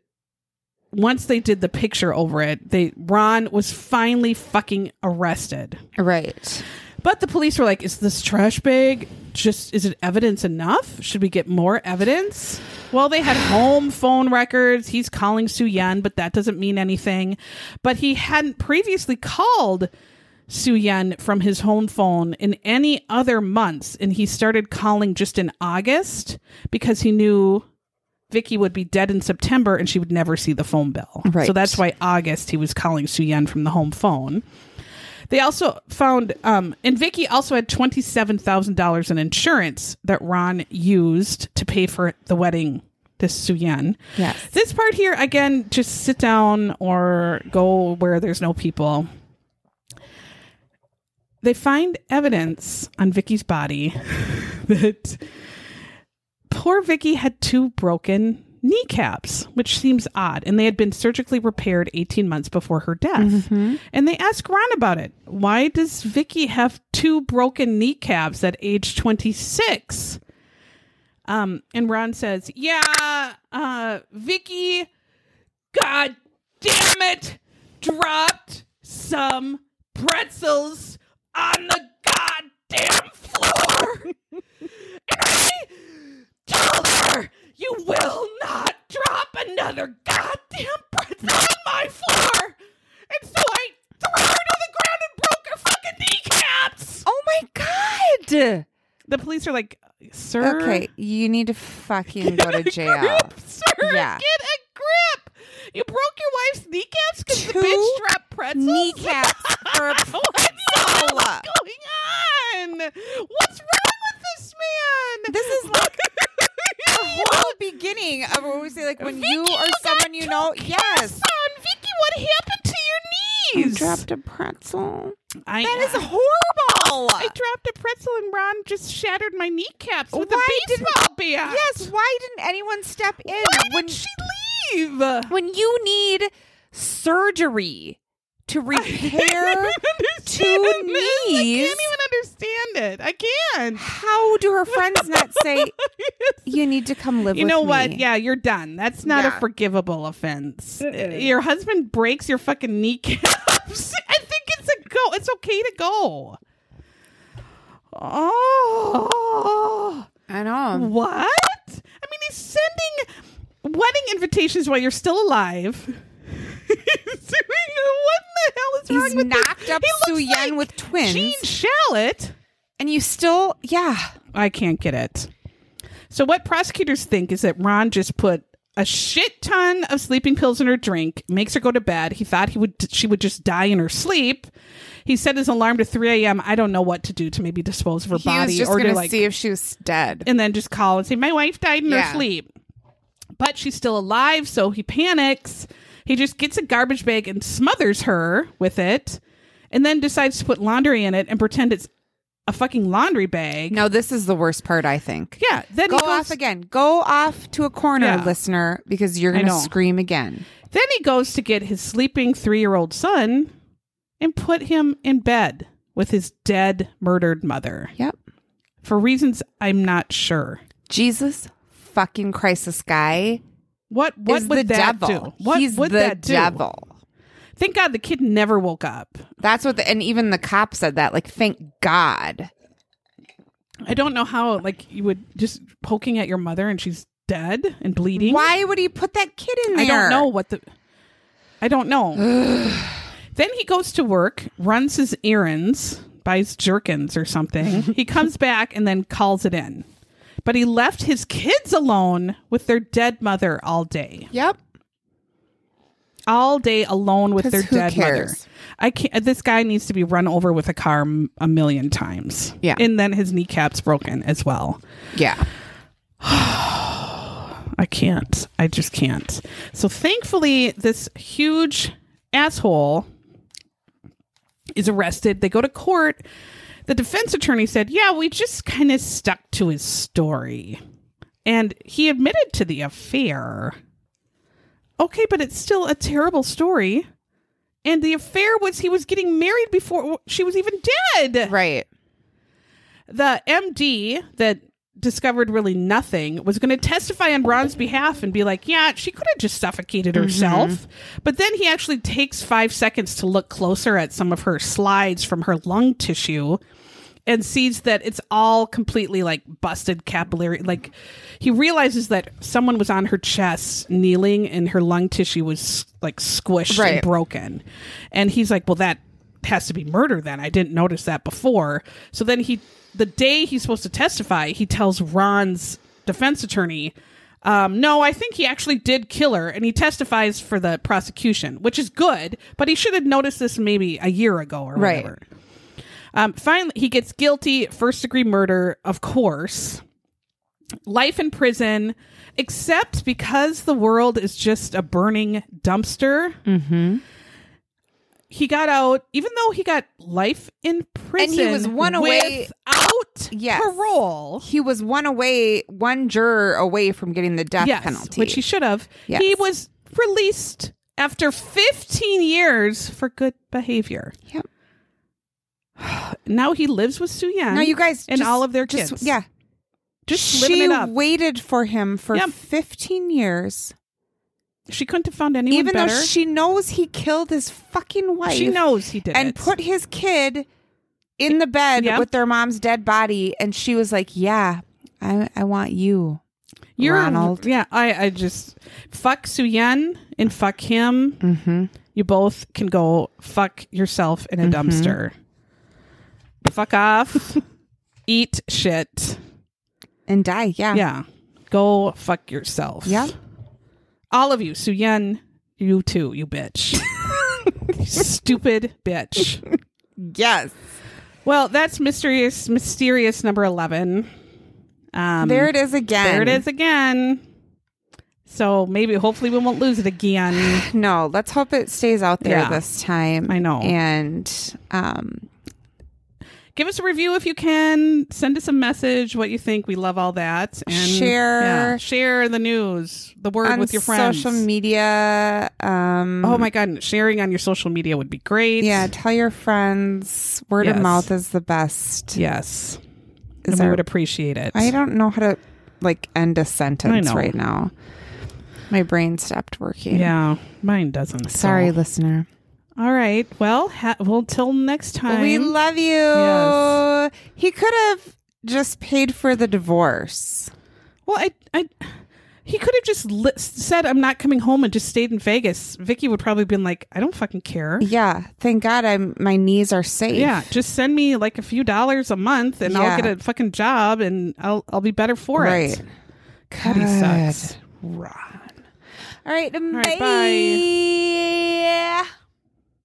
Speaker 2: once they did the picture over it they Ron was finally fucking arrested
Speaker 3: Right.
Speaker 2: but the police were like, "Is this trash bag just? Is it evidence enough? Should we get more evidence?" Well, they had home phone records. He's calling Su Yan, but that doesn't mean anything. But he hadn't previously called Su Yan from his home phone in any other months, and he started calling just in August because he knew. Vicky would be dead in September and she would never see the phone bill.
Speaker 3: Right.
Speaker 2: So that's why August he was calling Su Yan from the home phone. They also found, um, and Vicky also had twenty seven thousand dollars in insurance that Ron used to pay for the wedding to Suyen.
Speaker 3: Yes.
Speaker 2: This part here again, just sit down or go where there's no people. They find evidence on Vicky's body <laughs> that poor Vicky had two broken kneecaps, which seems odd, and they had been surgically repaired 18 months before her death. And they ask Ron about it. Why does Vicky have two broken kneecaps at age 26? Um, and Ron says, "Yeah, uh, Vicky, god damn it, dropped some pretzels on the goddamn floor." <laughs> Tell her you will not drop another goddamn pretzel on my floor. And so I threw her to the ground and broke her fucking kneecaps.
Speaker 3: Oh my god.
Speaker 2: The police are like, sir.
Speaker 3: Okay, you need to fucking go <laughs> to jail.
Speaker 2: <laughs> Grip, sir,
Speaker 3: Yeah.
Speaker 2: get a grip. You broke your wife's kneecaps because the
Speaker 3: Two
Speaker 2: bitch dropped pretzels. <laughs>
Speaker 3: Kneecaps for a
Speaker 2: what the hell is
Speaker 3: pretzel.
Speaker 2: going on? What's wrong with this man?
Speaker 3: This
Speaker 2: <laughs>
Speaker 3: is like the whole beginning of what we say, like when you
Speaker 2: Vicky,
Speaker 3: or
Speaker 2: you got
Speaker 3: someone you
Speaker 2: two
Speaker 3: know. Yes.
Speaker 2: Son, Vicky, what happened to your knees?
Speaker 3: a pretzel.
Speaker 2: I,
Speaker 3: That is horrible.
Speaker 2: I dropped a pretzel and Ron just shattered my kneecaps with
Speaker 3: Why
Speaker 2: a
Speaker 3: didn't-
Speaker 2: baseball bat.
Speaker 3: yes. Why didn't anyone step in
Speaker 2: Why did
Speaker 3: when
Speaker 2: she leave? I
Speaker 3: when you need surgery
Speaker 2: <laughs>
Speaker 3: to repair?
Speaker 2: understand
Speaker 3: two
Speaker 2: this. I
Speaker 3: knees.
Speaker 2: can't even understand it. I can't.
Speaker 3: how do her friends not say you need to come live?
Speaker 2: You
Speaker 3: with
Speaker 2: know what?
Speaker 3: me"?
Speaker 2: Yeah, you're done. That's not a
Speaker 3: Yeah.
Speaker 2: forgivable offense. Your husband breaks your fucking kneecaps. <laughs> I think it's a go. It's okay to go. Oh.
Speaker 3: I know.
Speaker 2: What? I mean, he's sending wedding invitations while you're still alive. <laughs> He's doing- what the hell is
Speaker 3: He's
Speaker 2: wrong with
Speaker 3: knocked
Speaker 2: this?
Speaker 3: up
Speaker 2: He
Speaker 3: Su
Speaker 2: looks
Speaker 3: Yan
Speaker 2: like
Speaker 3: with twins,
Speaker 2: Gene Shalit.
Speaker 3: and you still, yeah.
Speaker 2: I can't get it. So what prosecutors think is that Ron just put a shit ton of sleeping pills in her drink, makes her go to bed. He thought he would she would just die in her sleep. He set his alarm to 3 a.m. I don't know what to do to maybe dispose of her
Speaker 3: he
Speaker 2: body
Speaker 3: was just
Speaker 2: or
Speaker 3: gonna
Speaker 2: to like
Speaker 3: see if she was dead.
Speaker 2: and then just call and say, My wife died in
Speaker 3: Yeah.
Speaker 2: her sleep. But she's still alive, so he panics. He just gets a garbage bag and smothers her with it, and then decides to put laundry in it and pretend it's a fucking laundry bag.
Speaker 3: No, this is the worst part. I think.
Speaker 2: Yeah. Then
Speaker 3: Go
Speaker 2: he goes,
Speaker 3: off again. Go off to a corner,
Speaker 2: Yeah.
Speaker 3: listener, because you're
Speaker 2: I
Speaker 3: gonna
Speaker 2: know.
Speaker 3: scream again.
Speaker 2: Then he goes to get his sleeping three year old son and put him in bed with his dead, murdered mother
Speaker 3: Yep.
Speaker 2: for reasons I'm not sure.
Speaker 3: Jesus fucking Christ, this guy
Speaker 2: What what
Speaker 3: is
Speaker 2: would
Speaker 3: the
Speaker 2: that
Speaker 3: devil.
Speaker 2: do? What
Speaker 3: He's
Speaker 2: would
Speaker 3: the
Speaker 2: that do?
Speaker 3: devil.
Speaker 2: Thank God the kid never woke up.
Speaker 3: That's what, the, and even the cop said that. Like, thank God.
Speaker 2: I don't know how like you would just poking at your mother and she's dead and bleeding.
Speaker 3: Why would he put that kid in there?
Speaker 2: I don't know what the
Speaker 3: <sighs>
Speaker 2: I don't know. then he goes to work, runs his errands buys jerkins or something.
Speaker 3: Mm-hmm.
Speaker 2: he comes back and then calls it in. But he left his kids alone with their dead mother all day.
Speaker 3: Yep.
Speaker 2: All day alone with
Speaker 3: 'Cause
Speaker 2: their
Speaker 3: who
Speaker 2: dead mother.
Speaker 3: cares?
Speaker 2: I can't. uh, This guy needs to be run over with a car m- a million times.
Speaker 3: Yeah.
Speaker 2: and then his kneecaps broken as well.
Speaker 3: Yeah.
Speaker 2: I can't. I just can't. So thankfully, this huge asshole is arrested. They go to court. The defense attorney said, Yeah, we just kind of stuck to his story. And he admitted to the affair. Okay, but it's still a terrible story. And the affair was he was getting married before she was even dead
Speaker 3: Right.
Speaker 2: the MD that discovered really nothing was going to testify on Ron's behalf and be like, yeah, she could have just suffocated herself. But then he actually takes five seconds to look closer at some of her slides from her lung tissue and sees that it's all completely like busted capillary. Like he realizes that someone was on her chest kneeling and her lung tissue was like squished and
Speaker 3: Right.
Speaker 2: broken. And he's like, well, that has to be murder then. I didn't notice that before. So then he, the day he's supposed to testify, he tells Ron's defense attorney, um, no, I think he actually did kill her, and he testifies for the prosecution, which is good, but he should have noticed this maybe a year ago or
Speaker 3: Right.
Speaker 2: whatever. Um, finally, he gets guilty, first degree murder, of course. Life in prison, except because the world is just a burning dumpster.
Speaker 3: Mm-hmm.
Speaker 2: He got out, even though he got life in
Speaker 3: And
Speaker 2: prison.
Speaker 3: he was one away-
Speaker 2: without
Speaker 3: Yes.
Speaker 2: parole.
Speaker 3: He was one away, one juror away from getting the death
Speaker 2: yes,
Speaker 3: penalty.
Speaker 2: which he should have.
Speaker 3: Yes.
Speaker 2: He was released after 15 years for good behavior.
Speaker 3: Yep.
Speaker 2: Now he lives with Su Yan.
Speaker 3: now you guys
Speaker 2: and
Speaker 3: just-
Speaker 2: all of their
Speaker 3: just-
Speaker 2: kids.
Speaker 3: Yeah.
Speaker 2: just living
Speaker 3: she
Speaker 2: it up.
Speaker 3: waited for him for
Speaker 2: Yep.
Speaker 3: 15 years,
Speaker 2: she couldn't have found anyone
Speaker 3: even
Speaker 2: better.
Speaker 3: though she knows he killed his fucking wife.
Speaker 2: She knows he did
Speaker 3: and
Speaker 2: it.
Speaker 3: put his kid in the bed
Speaker 2: Yeah.
Speaker 3: with their mom's dead body, and she was like, "Yeah, I, I want you."
Speaker 2: You're,
Speaker 3: Ronald.
Speaker 2: Yeah, I, I just fuck Su Yan and fuck him.
Speaker 3: Mm-hmm.
Speaker 2: You both can go fuck yourself in a
Speaker 3: Mm-hmm.
Speaker 2: dumpster. Fuck
Speaker 3: <laughs>
Speaker 2: off. Eat shit.
Speaker 3: And die. Yeah.
Speaker 2: Yeah. Go fuck yourself.
Speaker 3: Yeah.
Speaker 2: All of you, Su Yan, you too, you
Speaker 3: <laughs>
Speaker 2: bitch. You Stupid bitch.
Speaker 3: Yes.
Speaker 2: Well, that's mysterious mysterious number eleven. Um
Speaker 3: there it is again.
Speaker 2: There it is again. So maybe, hopefully, we won't lose it
Speaker 3: <sighs>
Speaker 2: again.
Speaker 3: No, let's hope it stays out there
Speaker 2: Yeah.
Speaker 3: this time.
Speaker 2: I know.
Speaker 3: And um,
Speaker 2: Give us a review if you can. Send us a message. What you think? We love all that. And
Speaker 3: Share.
Speaker 2: yeah, share the news, the word
Speaker 3: on
Speaker 2: with your friends.
Speaker 3: social media. Um,
Speaker 2: Oh my god, sharing on your social media would be great.
Speaker 3: Yeah, tell your friends. Word
Speaker 2: Yes.
Speaker 3: of mouth is the best.
Speaker 2: Yes. and
Speaker 3: Is
Speaker 2: we
Speaker 3: there-
Speaker 2: would appreciate it.
Speaker 3: I don't know how to like end a sentence
Speaker 2: know.
Speaker 3: right now. My brain stopped working.
Speaker 2: Yeah, mine doesn't. so.
Speaker 3: Sorry, listener.
Speaker 2: All right. Well, ha- well, till next time.
Speaker 3: We love you.
Speaker 2: Yes.
Speaker 3: He could have just paid for the divorce.
Speaker 2: Well, I, I, he could have just li- said, "I'm not coming home," and just stayed in Vegas. Vicky would probably been like, "I don't fucking care."
Speaker 3: Yeah. Thank God I'm my knees are safe.
Speaker 2: Yeah, just send me like a few dollars a month, and I'll
Speaker 3: Yeah.
Speaker 2: get a fucking job, and I'll I'll be better for
Speaker 3: Right.
Speaker 2: it. God, he
Speaker 3: God.
Speaker 2: sucks.
Speaker 3: All
Speaker 2: right,
Speaker 3: right.
Speaker 2: bye.
Speaker 3: bye.